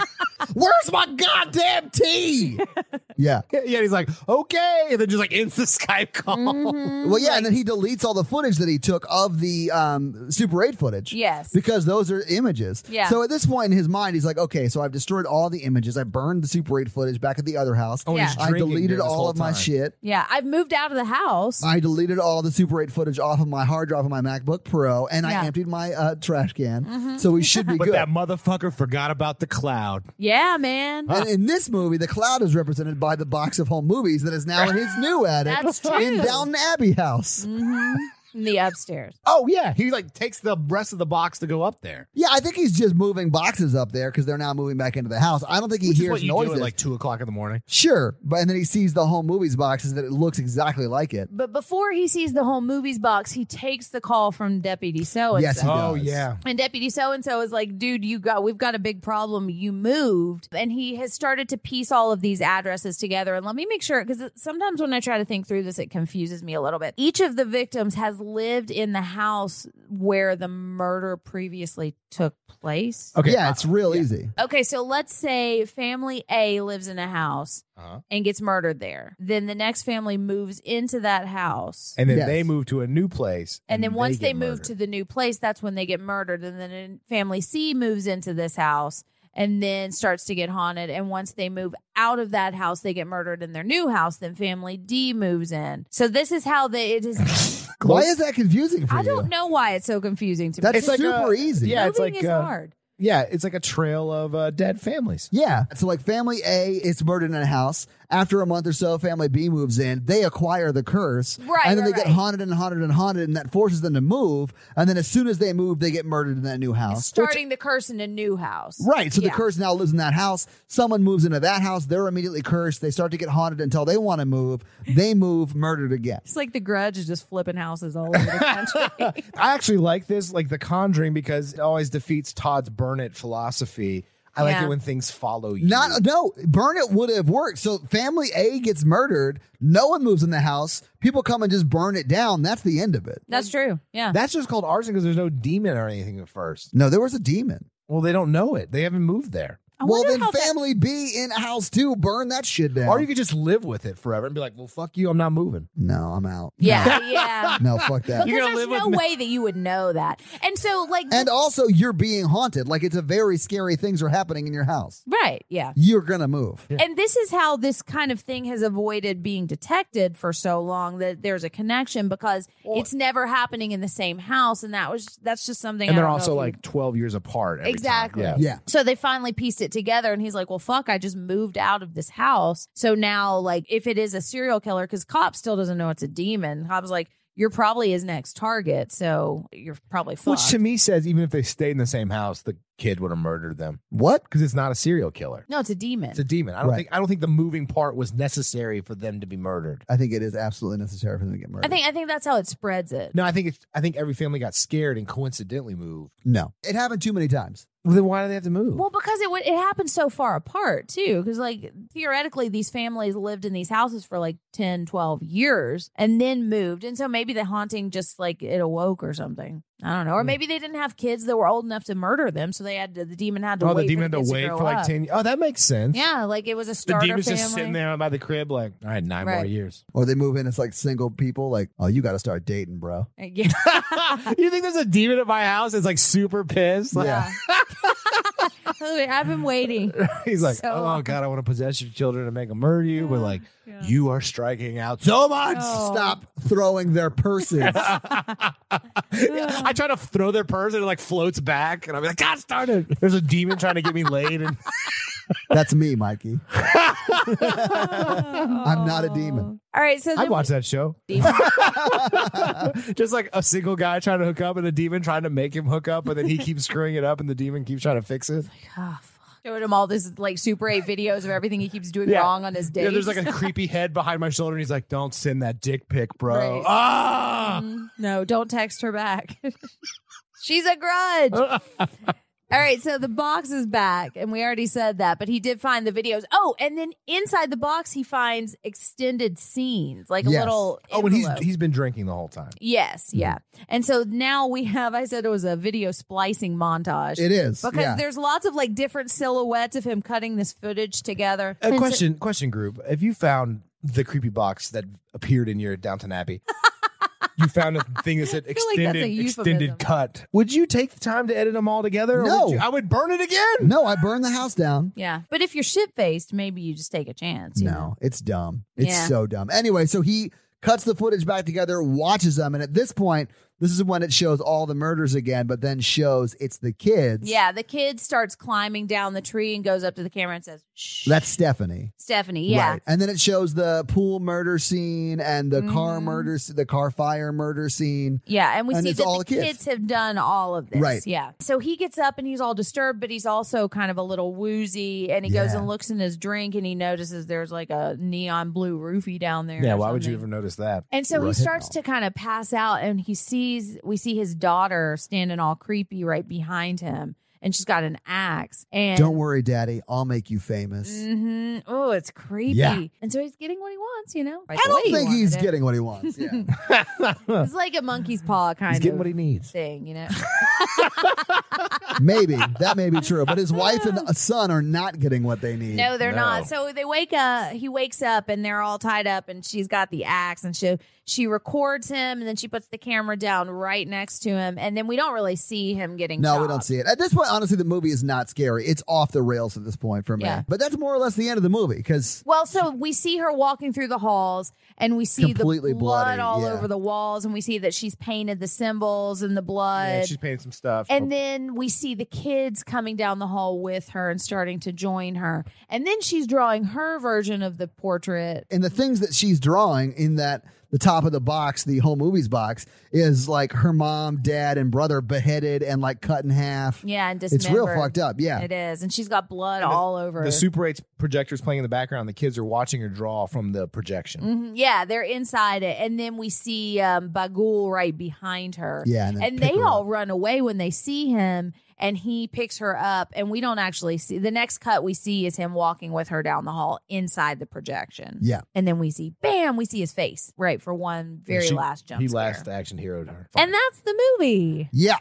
where's my goddamn tea? Yeah. Yeah, he's like, okay, and then just like ends the Skype call. Mm-hmm. Well, yeah, and then he deletes all the footage that he took of the um, Super 8 footage. Yes. Because those are images. Yeah. So at this point in his mind, he's like, okay, so I've destroyed all the images. I burned the Super 8 footage back at the other house. Oh, Yeah. he's I drinking deleted during this all whole of my time. shit. Yeah, I've moved out of the house. I deleted all the Super 8 footage off of my hard drive of my MacBook Pro, and Yeah. Mm-hmm. I emptied my uh, trash can. So we should be But good. that motherfucker forgot about the cloud. yeah, man. and in this movie, the cloud is represented by the box of home movies that is now in his new attic That's true. in Downton Abbey House. In the upstairs. Oh yeah, he like takes the rest of the box to go up there. Yeah, I think he's just moving boxes up there because they're now moving back into the house. I don't think he Which is hears what you do noises. at like two o'clock in the morning. Sure, but and then he sees the home movies boxes that it looks exactly like it. But before he sees the whole movies box, he takes the call from Deputy So and Yes, he so. Oh, does. yeah. And Deputy So and so is like, dude, you got we've got a big problem. You moved. And he has started to piece all of these addresses together. And let me make sure because sometimes when I try to think through this, it confuses me a little bit. Each of the victims has lived in the house where the murder previously took place. Okay. yeah, it's real easy. Okay, so let's say family A lives in a house Uh-huh. and gets murdered there. Then the next family moves into that house. And then Yes. they move to a new place. And then once they, get move murdered. to the new place, that's when they get murdered. And then family C moves into this house and then starts to get haunted. And once they move out of that house, they get murdered in their new house. Then family D moves in. So this is how they it is. Why is that confusing for I you? don't know why it's so confusing to me. That's It's- like super uh, easy. Yeah, it's moving like is uh, hard. yeah, it's like a trail of uh, dead families. Yeah. So like family A is murdered in a house. After a month or so, family B moves in. They acquire the curse. Right, And then right, they get right. haunted and haunted and haunted, and that forces them to move. And then as soon as they move, they get murdered in that new house. Starting the curse in a new house. Right. So Yeah. the curse now lives in that house. Someone moves into that house. They're immediately cursed. They start to get haunted until they want to move. They move, murdered again. It's like the grudge is just flipping houses all over the country. I actually like this, like The Conjuring, because it always defeats Todd's burn it philosophy. I like Yeah. it when things follow you. Not no, burn it would have worked. So family A gets murdered. No one moves in the house. People come and just burn it down. That's the end of it. That's true. Yeah. That's just called arson because there's no demon or anything at first. No, there was a demon. Well, they don't know it. They haven't moved there. I well, wonder then how that- family B in house two, burn that shit down. Or you could just live with it forever and be like, well, fuck you. I'm not moving. no, I'm out. yeah. Yeah. No, fuck that. You're Because gonna there's live no with- way that you would know that. And so, like, and also, you're being haunted. Like it's a very scary things are happening in your house. right, yeah. You're gonna move. And this is how this kind of thing has avoided being detected for so long that there's a connection because it's never happening in the same house, and that was that's just something. And I they're don't know also if you- like 12 years apart. every time. Exactly. Yeah. Yeah. So they finally pieced it together, and he's like, "Well, fuck! I just moved out of this house, so now like if it is a serial killer, because cop still doesn't know it's a demon. Cop's like, you're probably his next target, so you're probably fucked. Which to me says even if they stayed in the same house, the kid would have murdered them What? because it's not a serial killer. no, it's a demon. It's a demon. I don't Right. think I don't think the moving part was necessary for them to be murdered. I think it is absolutely necessary for them to get murdered. I think I think that's how it spreads it. No, I think it's, I think every family got scared and coincidentally moved. no, it happened too many times. Well, then why do they have to move? Well, because it would it happened so far apart too. Because like theoretically, these families lived in these houses for like 10, 12 years and then moved, and so maybe the haunting just like it awoke or something. I don't know, Hmm. or maybe they didn't have kids that were old enough to murder them, so they had to, the demon had to. oh, wait the demon had for to the kids wait grow for like up. ten. Oh, that makes sense. Yeah, like it was a the starter demon's family. just sitting there by the crib, like all right, nine more Right. years. Or they move in as like single people. Like, oh, you got to start dating, bro. Yeah. you think there's a demon at my house? It's like super pissed. Like, Yeah. I've been waiting. He's like, So oh awful. god, I want to possess your children and make them murder you. But like, you are striking out so much. Oh. Stop throwing their purses. I try to throw their purse and it like floats back, and I'm like, God, started. There's a demon trying to get me laid, and That's me, Mikey. I'm not a demon. Oh. All right, so I then watched that show. Demon. Just like a single guy trying to hook up and a demon trying to make him hook up, but then he keeps screwing it up, and the demon keeps trying to fix it. Oh, fuck. Showed him all this like Super 8 videos of everything he keeps doing Yeah. wrong on his dates. Yeah, there's like a creepy head behind my shoulder, and he's like, "Don't send that dick pic, bro." Right. Mm. Ah, Mm-hmm. no, don't text her back. She's a grudge. All right, so the box is back, and we already said that, but he did find the videos. Oh, and then inside the box, he finds extended scenes, like a Yes. little. Oh, and he's envelope. he's Mm-hmm. been drinking the whole time. Yes, yeah. And so now we have, I said it was a video splicing montage. It is. Because yeah. there's lots of like different silhouettes of him cutting this footage together. A question, question group. If you found the creepy box that appeared in your Downton Abbey, you found a thing that said feel like that's a extended extended euphemism. cut. Would you take the time to edit them all together? or No. would you- I would burn it again. no, I burned the house down. Yeah. But if you're shit faced, maybe you just take a chance. you know? No, it's dumb. It's Yeah. so dumb. Anyway, so he cuts the footage back together, watches them, and at this point, this is when it shows all the murders again, but then shows it's the kids. Yeah. The kid starts climbing down the tree and goes up to the camera and says, Shh, That's Stephanie. Stephanie. Yeah. Right. And then it shows the pool murder scene and the car Mm-hmm. murder, s- the car fire murder scene. Yeah, and we And see it's that all the kids. kids. have done all of this. Right. Yeah. So he gets up and he's all disturbed, but he's also kind of a little woozy. And he goes Yeah. and looks in his drink and he notices there's like a neon blue roofie down there. Yeah, or why would you something. ever notice that? And so he Right. starts to kind of pass out, and he sees we see his daughter standing all creepy right behind him, and she's got an axe. And Don't worry, Daddy, I'll make you famous. hmm Oh, it's creepy. Yeah. And so he's getting what he wants, you know. I don't think he's getting what he wants. Yeah. It's like a monkey's paw kind He's of getting what he needs. thing, you know. Maybe that may be true, but his wife and a son are not getting what they need. No, they're No. not. So they wake up. He wakes up, and they're all tied up, and she's got the axe, and she she records him, and then she puts the camera down right next to him, and then we don't really see him getting. No, shot. we don't see it. At this point, honestly, the movie is not scary. It's off the rails at this point for me. Yeah. But that's more or less the end of the movie because Well, so we see her walking through the halls, and we see Completely the blood bloody, all yeah. over the walls, and we see that she's painted the symbols and the blood. she's painting some stuff. and then we see the kids coming down the hall with her and starting to join her. And then she's drawing her version of the portrait. in the things that she's drawing in that the top of the box, the home movies box, is like her mom, dad, and brother beheaded and like cut in half. Yeah, and It's real dismembered. fucked up. Yeah. It is. And she's got blood all over. the her. Super 8 projector's playing in the background. The kids are watching her draw from the projection. Mhm. Yeah, they're inside it. And then we see um, Bagul right behind her. Yeah, and And, then pick they her all run away when they see him. And he picks her up. And we don't actually see the next cut we see is him walking with her down the hall inside the projection. Yeah. And then we see, bam, we see his face, right, for one very She- last jump. He scare. last action heroed her. And that's the movie. Yeah.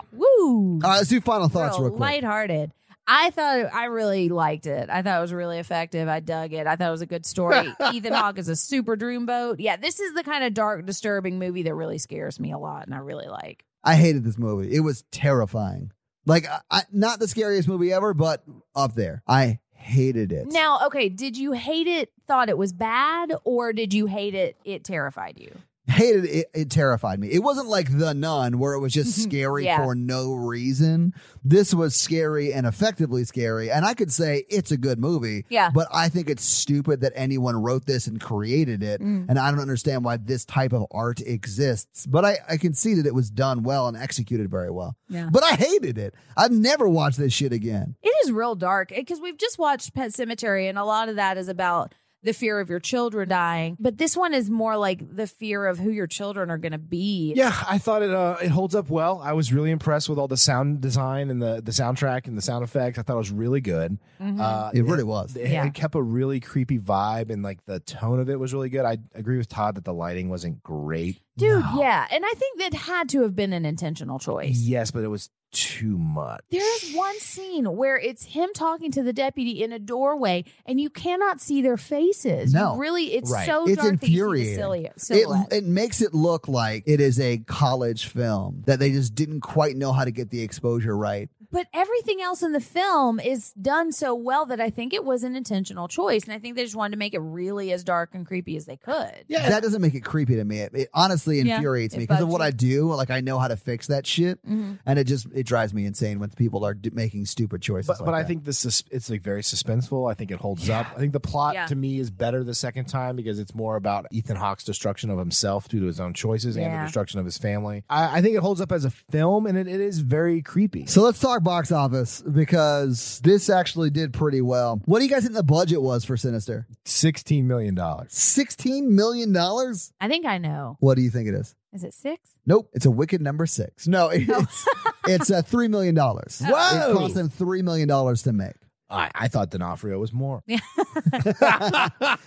All Woo. right, let's do final thoughts real, Real quick. Lighthearted. I thought I really liked it. I thought it was really effective. I dug it. I thought it was a good story. Ethan Hawke is a super dreamboat. Yeah, this is the kind of dark, disturbing movie that really scares me a lot, and I really like. I hated this movie. It was terrifying. Like, I, I, not the scariest movie ever, but up there. I hated it. Now, okay, did you hate it? Thought it was bad, or did you hate it? It terrified you. hated it. It terrified me. It wasn't like The Nun, where it was just scary Mm-hmm. Yeah. for no reason. This was scary and effectively scary. And I could say it's a good movie. Yeah. But I think it's stupid that anyone wrote this and created it. Mm. And I don't understand why this type of art exists. But I, I can see that it was done well and executed very well. Yeah. But I hated it. I'd never watch this shit again. It is real dark because we've just watched Pet Cemetery, and a lot of that is about the fear of your children dying. But this one is more like the fear of who your children are going to be. Yeah, I thought it uh, it holds up well. I was really impressed with all the sound design and the the soundtrack and the sound effects. I thought it was really good. Uh, It really was. It, Mm-hmm. Yeah. it kept a really creepy vibe and like the tone of it was really good. I agree with Todd that the lighting wasn't great. Dude, yeah. And I think that had to have been an intentional choice. Yes, but it was too much. There is one scene where it's him talking to the deputy in a doorway, and you cannot see their faces. You No. really, it's Right. so It's dark that you see the infuriating. silhou- It, silhouette. it makes it look like it is a college film that they just didn't quite know how to get the exposure right. but everything else in the film is done so well that I think it was an intentional choice, and I think they just wanted to make it really as dark and creepy as they could. Yeah. that doesn't make it creepy to me. It, it honestly Yeah, infuriates it me because of bugs what you. Mm-hmm. I do. Like I know how to fix that shit, and it just it drives me insane when people are d- making stupid choices. But, like but I that. think this is it's like very suspenseful. I think it holds up. I think the plot Yeah. to me is better the second time because it's more about Ethan Hawke's destruction of himself due to his own choices and the Yeah. destruction of his family. I, I think it holds up as a film and it, it is very creepy. so. Let's talk box office because this actually did pretty well. What do you guys think the budget was for Sinister? Sixteen million dollars. Sixteen million dollars. I think I know. What do you think it is? Is it six? Oh, Nope, it's a wicked number six. No, it's it's uh, three million dollars. Whoa. It cost them three million dollars to make. I, I thought D'Onofrio was more.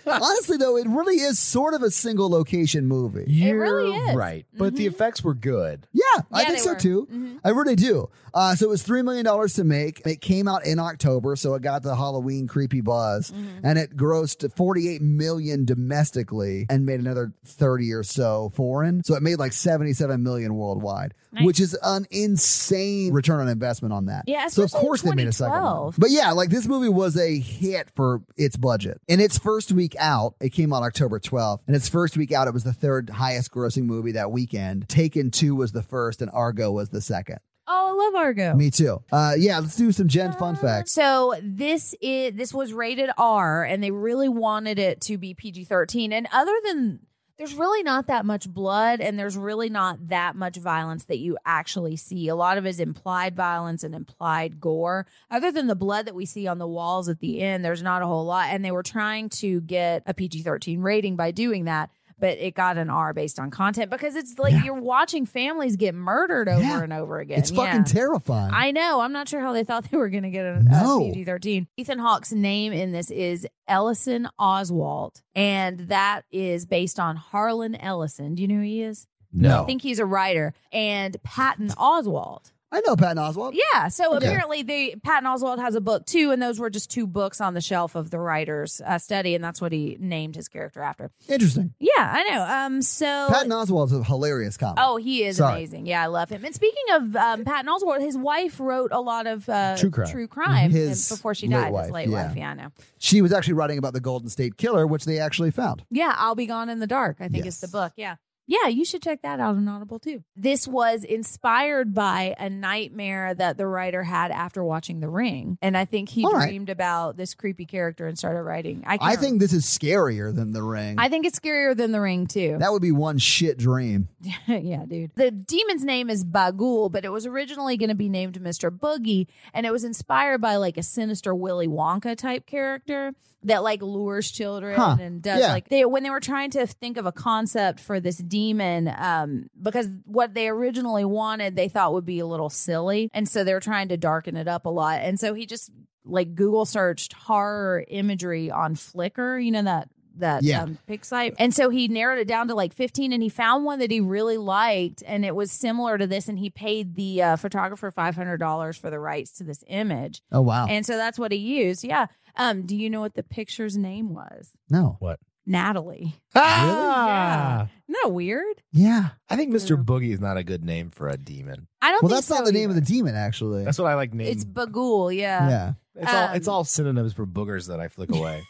Honestly, though, it really is sort of a single location movie. You're really is. Right. But the effects were good. Yeah, I Yeah, think they so were. Mm-hmm. too. I really do. Uh, so it was three million dollars to make. It came out in October, so it got the Halloween creepy buzz, and it grossed forty-eight million domestically and made another thirty or so foreign. So it made like seventy-seven million worldwide, which is an insane return on investment on that. Yeah, So of especially in course they made a second one. 2012. But yeah, like this movie was a hit for its budget. In its first week out, it came out October 12th. And its first week out, it was the third highest grossing movie that weekend. Taken 2 was the first, and Argo was the second. Oh, I love Argo. Me too. Uh, yeah, let's do some Gen Uh, fun facts. So this is this was rated R, and they really wanted it to be PG thirteen. And other than there's really not that much blood, and there's really not that much violence that you actually see. A lot of it is implied violence and implied gore. Other than the blood that we see on the walls at the end, there's not a whole lot. And they were trying to get a PG thirteen rating by doing that. But it got an R based on content because it's like you're watching families get murdered over Yeah. and over again. It's fucking Yeah. terrifying. I know. I'm not sure how they thought they were going to get a, No. PG 13. Ethan Hawke's name in this is Ellison Oswald, and that is based on Harlan Ellison. Do you know who he is? I No. think he's a writer. And Patton Oswald. I know Patton Oswald. Yeah. So Okay. apparently, they Patton Oswald has a book too, and those were just two books on the shelf of the writer's uh, study, and that's what he named his character after. Interesting. Yeah, I know. Um. So Patton Oswald's a hilarious comic. Oh, he is Sorry. amazing. Yeah, I love him. And speaking of um, Patton Oswalt, his wife wrote a lot of uh, True crime. crime Mm-hmm. His before she late died. wife, his late yeah. wife. Yeah, I know. She was actually writing about the Golden State Killer, which they actually found. Yeah, I'll Be Gone in the Dark, I think Yes. is the book. Yeah. Yeah, you should check that out on Audible too. This was inspired by a nightmare that the writer had after watching The Ring. And I think he All right. dreamed about this creepy character and started writing. I, can't I think this is scarier than The Ring. I think it's scarier than The Ring too. that would be one shit dream. yeah, dude. The demon's name is Bagul, but it was originally going to be named Mr. Boogie, and it was inspired by like a sinister Willy Wonka type character that like lures children Huh. and does Yeah. like they when they were trying to think of a concept for this demon um because what they originally wanted they thought would be a little silly, and so they were trying to darken it up a lot. And so he just like Google searched horror imagery on Flickr, you know that that Yeah. um, pick site. And so he narrowed it down to like 15 and he found one that he really liked and it was similar to this and he paid the uh, photographer $500 for the rights to this image. Oh, wow. And so that's what he used. Yeah. Um do you know what the picture's name was? no. Natalie. Ah! Isn't that weird? Yeah. I think Mr. Boogie is not a good name for a demon. I don't Well, think that's not so the name of the either. demon, actually. That's what I like names. It's Bagul, yeah. yeah. It's all it's Um, all synonyms for boogers that I flick away.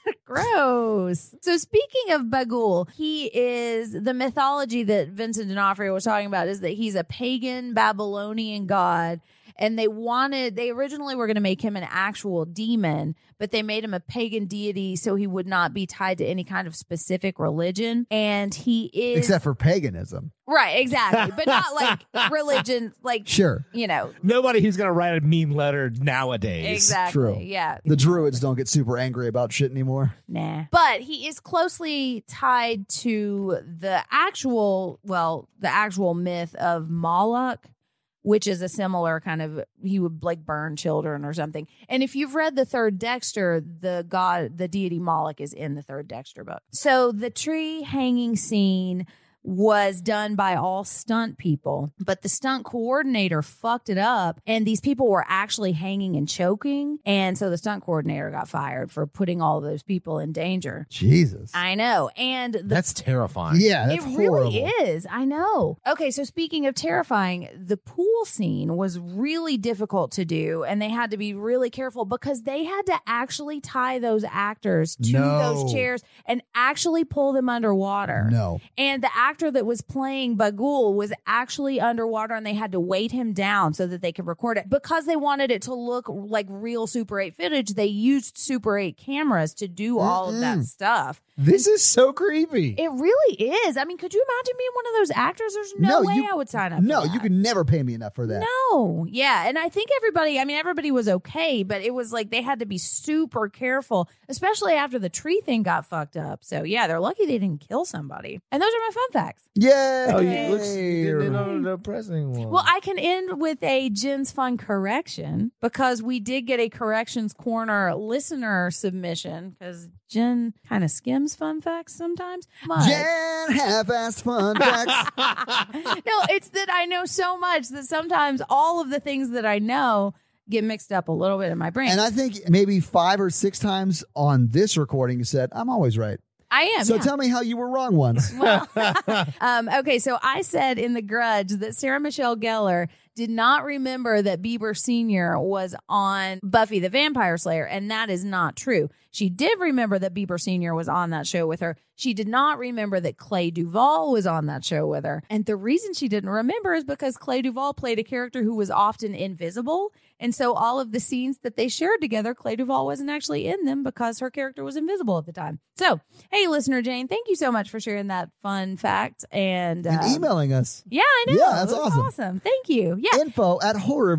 Gross. So speaking of Bagul, he is the mythology that Vincent D'Onofrio was talking about is that he's a pagan Babylonian god. And they wanted, they originally were going to make him an actual demon, but they made him a pagan deity so he would not be tied to any kind of specific religion. And he is. Except for paganism. Right, exactly. But not like religion, like, Sure. you know. Nobody who's gonna write a mean letter nowadays. Exactly. true. Yeah. The druids don't get super angry about shit anymore. Nah. But he is closely tied to the actual, well, the actual myth of Moloch, which is a similar kind of he would like burn children or something. And if you've read the third Dexter, the god, the deity Moloch is in the third Dexter book. So the tree hanging scene was done by all stunt people, but the stunt coordinator fucked it up and these people were actually hanging and choking. And so the stunt coordinator got fired for putting all those people in danger. Jesus. I know. And the That's terrifying. yeah, that's it horrible. really is. I know. Okay, so speaking of terrifying, the pool scene was really difficult to do, and they had to be really careful because they had to actually tie those actors to No. those chairs and actually pull them underwater. No. And the actor that was playing Bagul was actually underwater, and they had to weight him down so that they could record it because they wanted it to look like real Super 8 footage. They used Super 8 cameras to do all of that stuff. This is so creepy. It really is. I mean, could you imagine being one of those actors? There's no, No, way you- I would sign up. for No, that. you could never pay me enough for that. No, yeah, and I think everybody. I mean, everybody was okay, but it was like they had to be super careful, especially after the tree thing got fucked up. So yeah, they're lucky they didn't kill somebody. And those are my fun facts. Yay! Oh, you looks the pressing one. Well, I can end with a Jen's Fun correction because we did get a Corrections Corner listener submission because Jen kind of skims fun facts sometimes. Much. Jen half-assed fun facts. no, it's that I know so much that sometimes all of the things that I know get mixed up a little bit in my brain. and I think maybe five or six times on this recording you said, I'm always right. I am. so yeah. tell me how you were wrong once. Um, okay, so I said in The Grudge that Sarah Michelle Gellar did not remember that Bieber Sr. was on Buffy the Vampire Slayer, and that is not true. She did remember that Bieber Sr. was on that show with her. She did not remember that Clay Duvall was on that show with her. And the reason she didn't remember is because Clay Duvall played a character who was often invisible. And so all of the scenes that they shared together, Clay Duvall wasn't actually in them because her character was invisible at the time. So, hey, listener Jane, thank you so much for sharing that fun fact. And, um, and emailing us. yeah, I know. Yeah, that's It was awesome. Thank you. Yeah. Info at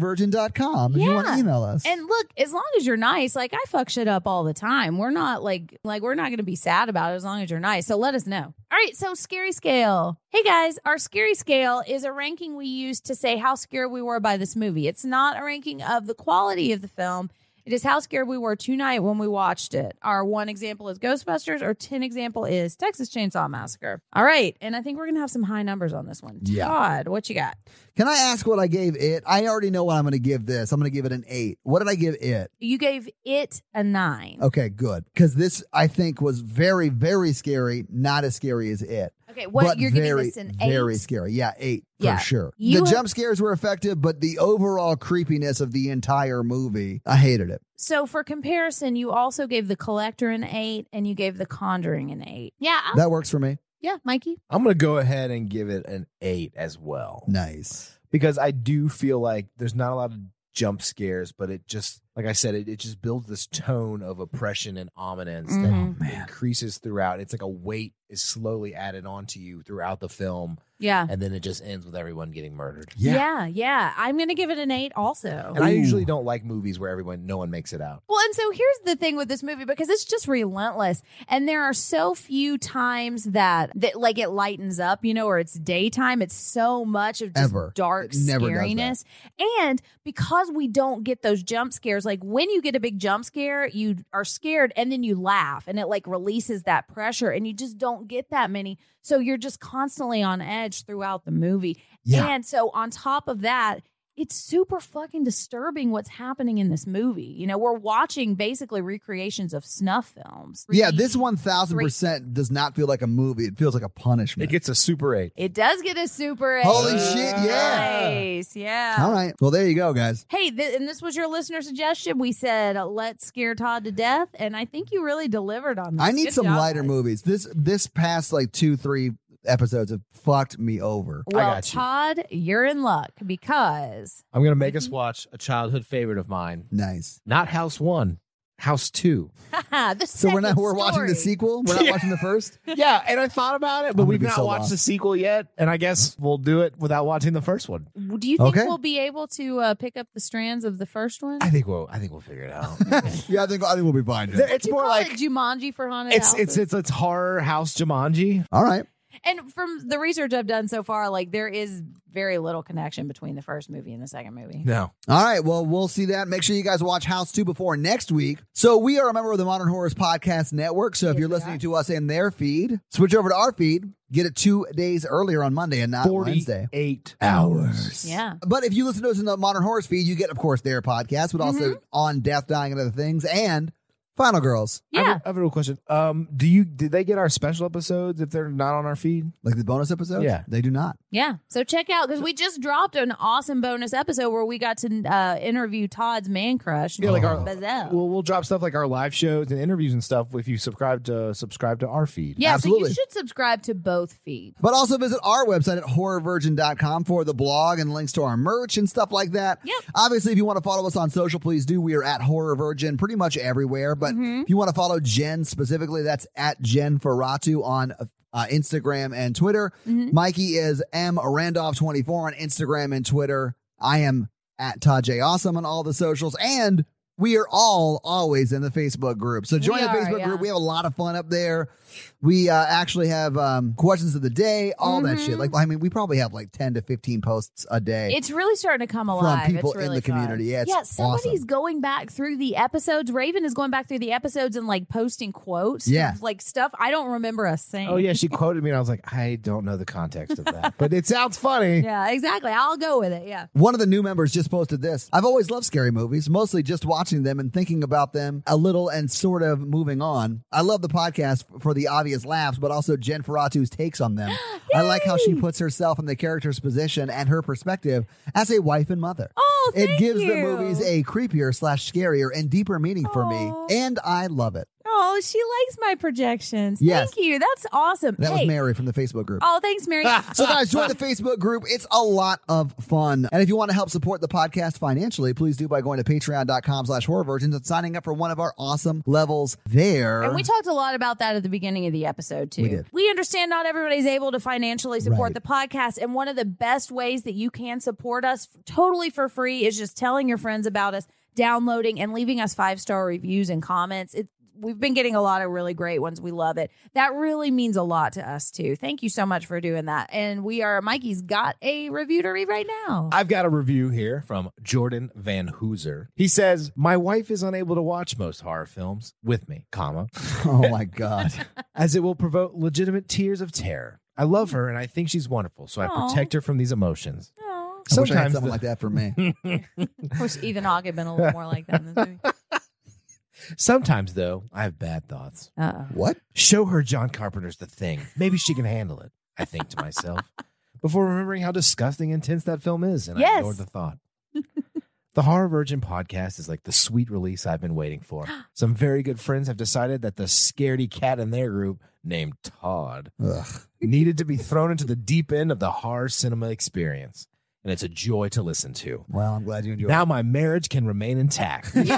horrorvirgin.com if you want to Yeah. email us. And look, as long as you're nice, like I fuck shit up all the time. We're not like like we're not going to be sad about it as long as you're nice. So let us know. All right, so scary scale. Hey guys, our scary scale is a ranking we use to say how scared we were by this movie. It's not a ranking of the quality of the film. It is how scared we were tonight when we watched it. Our one example is Ghostbusters. Our 10 example is Texas Chainsaw Massacre. All right. And I think we're going to have some high numbers on this one. Yeah. Todd, what you got? Can I ask what I gave it? I already know what I'm going to give this. I'm going to give it an eight. What did I give it? You gave it a nine. Okay, good. Because this, I think, was very, very scary. Not as scary as it. Okay, what but you're very, giving us an eight. Very scary. Yeah, eight Yeah. for sure. You the have- jump scares were effective, but the overall creepiness of the entire movie, I hated it. So for comparison, you also gave the collector an eight, and you gave the conjuring an eight. Yeah, I'll- That works for me. yeah, Mikey. I'm gonna go ahead and give it an eight as well. Nice. because I do feel like there's not a lot of jump scares, but it just, like I said, it, it just builds this tone of oppression and ominence Oh, Mhm. that increases throughout. It's like a weight is slowly added onto you throughout the film, Yeah. and then it just ends with everyone getting murdered. yeah, yeah, I'm gonna give it an eight also. And I Ooh. usually don't like movies where everyone, no one makes it out. Well, and so here's the thing with this movie because it's just relentless, and there are so few times that that like it lightens up, you know, or it's daytime. It's so much of just Ever. dark It never does scariness, and because we don't get those jump scares, like when you get a big jump scare, you are scared, and then you laugh, and it like releases that pressure, and you just don't get that many. So you're just constantly on edge throughout the movie, Yeah. and so on top of that, it's super fucking disturbing what's happening in this movie. You know, we're watching basically recreations of snuff films. Yeah, this 1000% does not feel like a movie. It feels like a punishment. It gets a super eight. It does get a super. Holy eight. shit, yeah. Nice, yeah. All right. Well, there you go, guys. Hey, th- and this was your listener suggestion. We said, uh, let's scare Todd to death. And I think you really delivered on this. I need Good some job, lighter guys. movies. This this past like two three episodes have fucked me over. Well, got you. Todd, you're in luck because I'm going to make Mm-hmm. us watch a childhood favorite of mine, Nice. not House One, House Two. the So we're not second we're watching the story. sequel. We're not watching the first. yeah, and I thought about it, but gonna we've be not so watched lost. the sequel yet. And I guess we'll do it without watching the first one. Do you think Okay. we'll be able to uh, pick up the strands of the first one? I think we'll I think we'll figure it out. yeah, I think I think we'll be fine. Jen. There- it's You more call like it Jumanji for haunted it's houses. it's it's it's horror house Jumanji. All right. and from the research I've done so far, like there is very little connection between the first movie and the second movie. No, All right. Well, we'll see that. Make sure you guys watch House 2 before next week. So, we are a member of the Modern Horrors Podcast Network. So, if you're listening to us in their feed, switch over to our feed. Get it two days earlier on Monday and not Wednesday. eight hours. Yeah. But if you listen to us in the Modern Horrors feed, you get, of course, their podcast, but Mm-hmm. also On Death, Dying, and Other Things, and Final Girls, I have, Yeah. a- I have a real question. Um, do you did they get our special episodes if they're not on our feed? like the bonus episodes. Yeah. They do not. Yeah. So check out because we just dropped an awesome bonus episode where we got to uh, interview Todd's man crush, Yeah, like our- Bazell. Well, we'll drop stuff like our live shows and interviews and stuff if you subscribe to subscribe to our feed. yeah, so absolutely. you should subscribe to both feeds. But also visit our website at horrorvirgin.com for the blog and links to our merch and stuff like that. Yep. Obviously, if you want to follow us on social, please do. We are at Horror Virgin pretty much everywhere. But Mm-hmm. if you want to follow Jen specifically, that's at Jen Ferratu on uh, Instagram and Twitter. Mm-hmm. Mikey is M Randolph24 on Instagram and Twitter. I am at Todd J. Awesome on all the socials. And we are all always in the Facebook group. So join We the are, Facebook yeah. group. We have a lot of fun up there. We uh, actually have um, questions of the day, all that shit. Mm-hmm. Like, I mean, we probably have like 10 to 15 posts a day. It's really starting to come alive. people it's in really the fun. community. Yeah, it's yeah. Somebody's awesome. going back through the episodes. Raven is going back through the episodes and like posting quotes. Yeah. of, like stuff I don't remember us saying. Oh yeah, she quoted me, and I was like, I don't know the context of that, but it sounds funny. Yeah, exactly. I'll go with it. Yeah. One of the new members just posted this. I've always loved scary movies, mostly just watching them and thinking about them a little and sort of moving on. I love the podcast f- for the obvious laughs, but also Jen Ferratu's takes on them. I like how she puts herself in the character's position and her perspective as a wife and mother. Oh, it thank gives the you. movies a creepier slash scarier and deeper meaning for Aw. me, and I love it. Oh, she likes my projections. Yes. Thank you. That's awesome. That Hey. was Mary from the Facebook group. Oh, thanks, Mary. So guys, join the Facebook group. It's a lot of fun. And if you want to help support the podcast financially, please do by going to patreon.com slash horror virgins and signing up for one of our awesome levels there. And we talked a lot about that at the beginning of the episode, too. We, did. understand not everybody's able to financially support Right. the podcast. And one of the best ways that you can support us totally for free is just telling your friends about us, downloading, and leaving us five star reviews and comments. It, we've been getting a lot of really great ones. We love it. That really means a lot to us, too. Thank you so much for doing that. And we are, Mikey's got a review to read right now. I've got a review here from Jordan Van Hooser. He says, "My wife is unable to watch most horror films with me, comma, oh my God. as it will provoke legitimate tears of terror. I love her and I think she's wonderful, so I Aw. protect her from these emotions. Oh, I wish I had Sometimes something the- like that for me. I wish Ethan Hawke had been a little more like that in this movie. Sometimes though, I have bad thoughts. Uh-oh. What? Show her John Carpenter's The Thing. Maybe she can handle it, I think to myself, before remembering how disgusting and intense that film is. And Yes. I ignored the thought. the Horror Virgin podcast is like the sweet release I've been waiting for. Some very good friends have decided that the scaredy cat in their group, named Todd, Ugh. needed to be thrown into the deep end of the horror cinema experience. And it's a joy to listen to. Well, I'm glad you enjoyed Now my marriage can remain intact. Yay! we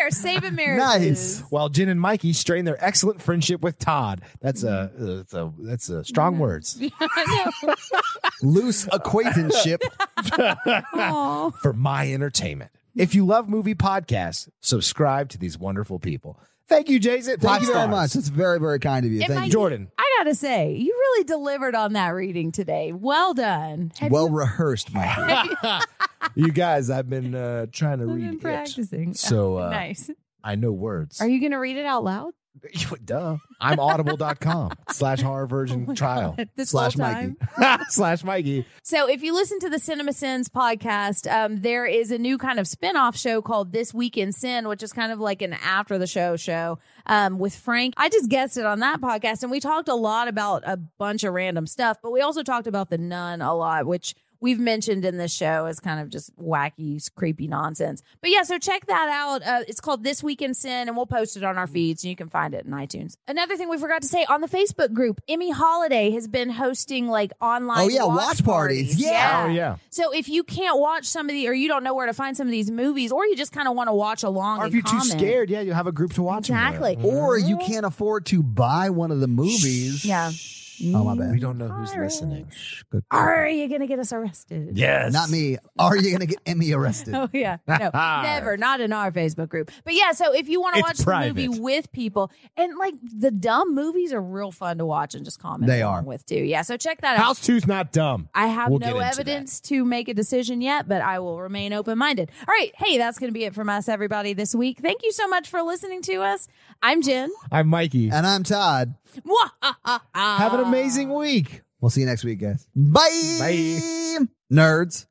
are saving marriages. Nice. while Jen and Mikey strain their excellent friendship with Todd. That's a that's a that's a strong words I know. it. Loose acquaintanceship. Aw. for my entertainment. If you love movie podcasts, subscribe to these wonderful people. Thank you, Jason. Thank you very much. It's very, very kind of you. It Thank might- you. Jordan. I gotta say, you really delivered on that reading today. Well done. Have Well you rehearsed, Mike. You guys, I've been uh, trying to been read it. practicing? So uh, nice. I know words. Are you gonna read it out loud? Duh. I'm audible.com slash horror Oh virgin trial This Slash whole Mikey. time. slash Mikey. So if you listen to the Cinema Sins podcast, um, there is a new kind of spin-off show called This Week in Sin, which is kind of like an after the show show um, with Frank. I just guessed it on that podcast, and we talked a lot about a bunch of random stuff, but we also talked about the nun a lot, which we've mentioned in this show as kind of just wacky, creepy nonsense. But yeah, so check that out. Uh, it's called This Week in Sin, and we'll post it on our feeds, and you can find it in iTunes. Another thing we forgot to say on the Facebook group, Emmy Holiday has been hosting like online. Oh, yeah, watch parties. Yeah. Oh, yeah. So if you can't watch some of the, or you don't know where to find some of these movies, or you just kind of want to watch along, Or and if you're comment, too scared, yeah, you'll have a group to watch 'em with. exactly. or you can't afford to buy one of the movies. Yeah. Oh, my bad. We don't know who's listening. Good. Are you gonna get us arrested? Yes. Not me. Are you going to get Emmy arrested? Oh yeah, no, never, not in our Facebook group. But yeah, so if you want to It's watch the movie private. with people, and like the dumb movies are real fun to watch and just comment. They along are. with too. Yeah, so check that out. House two's not dumb. I have We'll get no into that. evidence to make a decision yet, but I will remain open minded. All right. Hey, that's going to be it from us, everybody, this week. Thank you so much for listening to us. I'm Jen. I'm Uh, Mikey. And I'm Todd. Have an amazing week. We'll see you next week, guys. Bye. Bye. Nerds.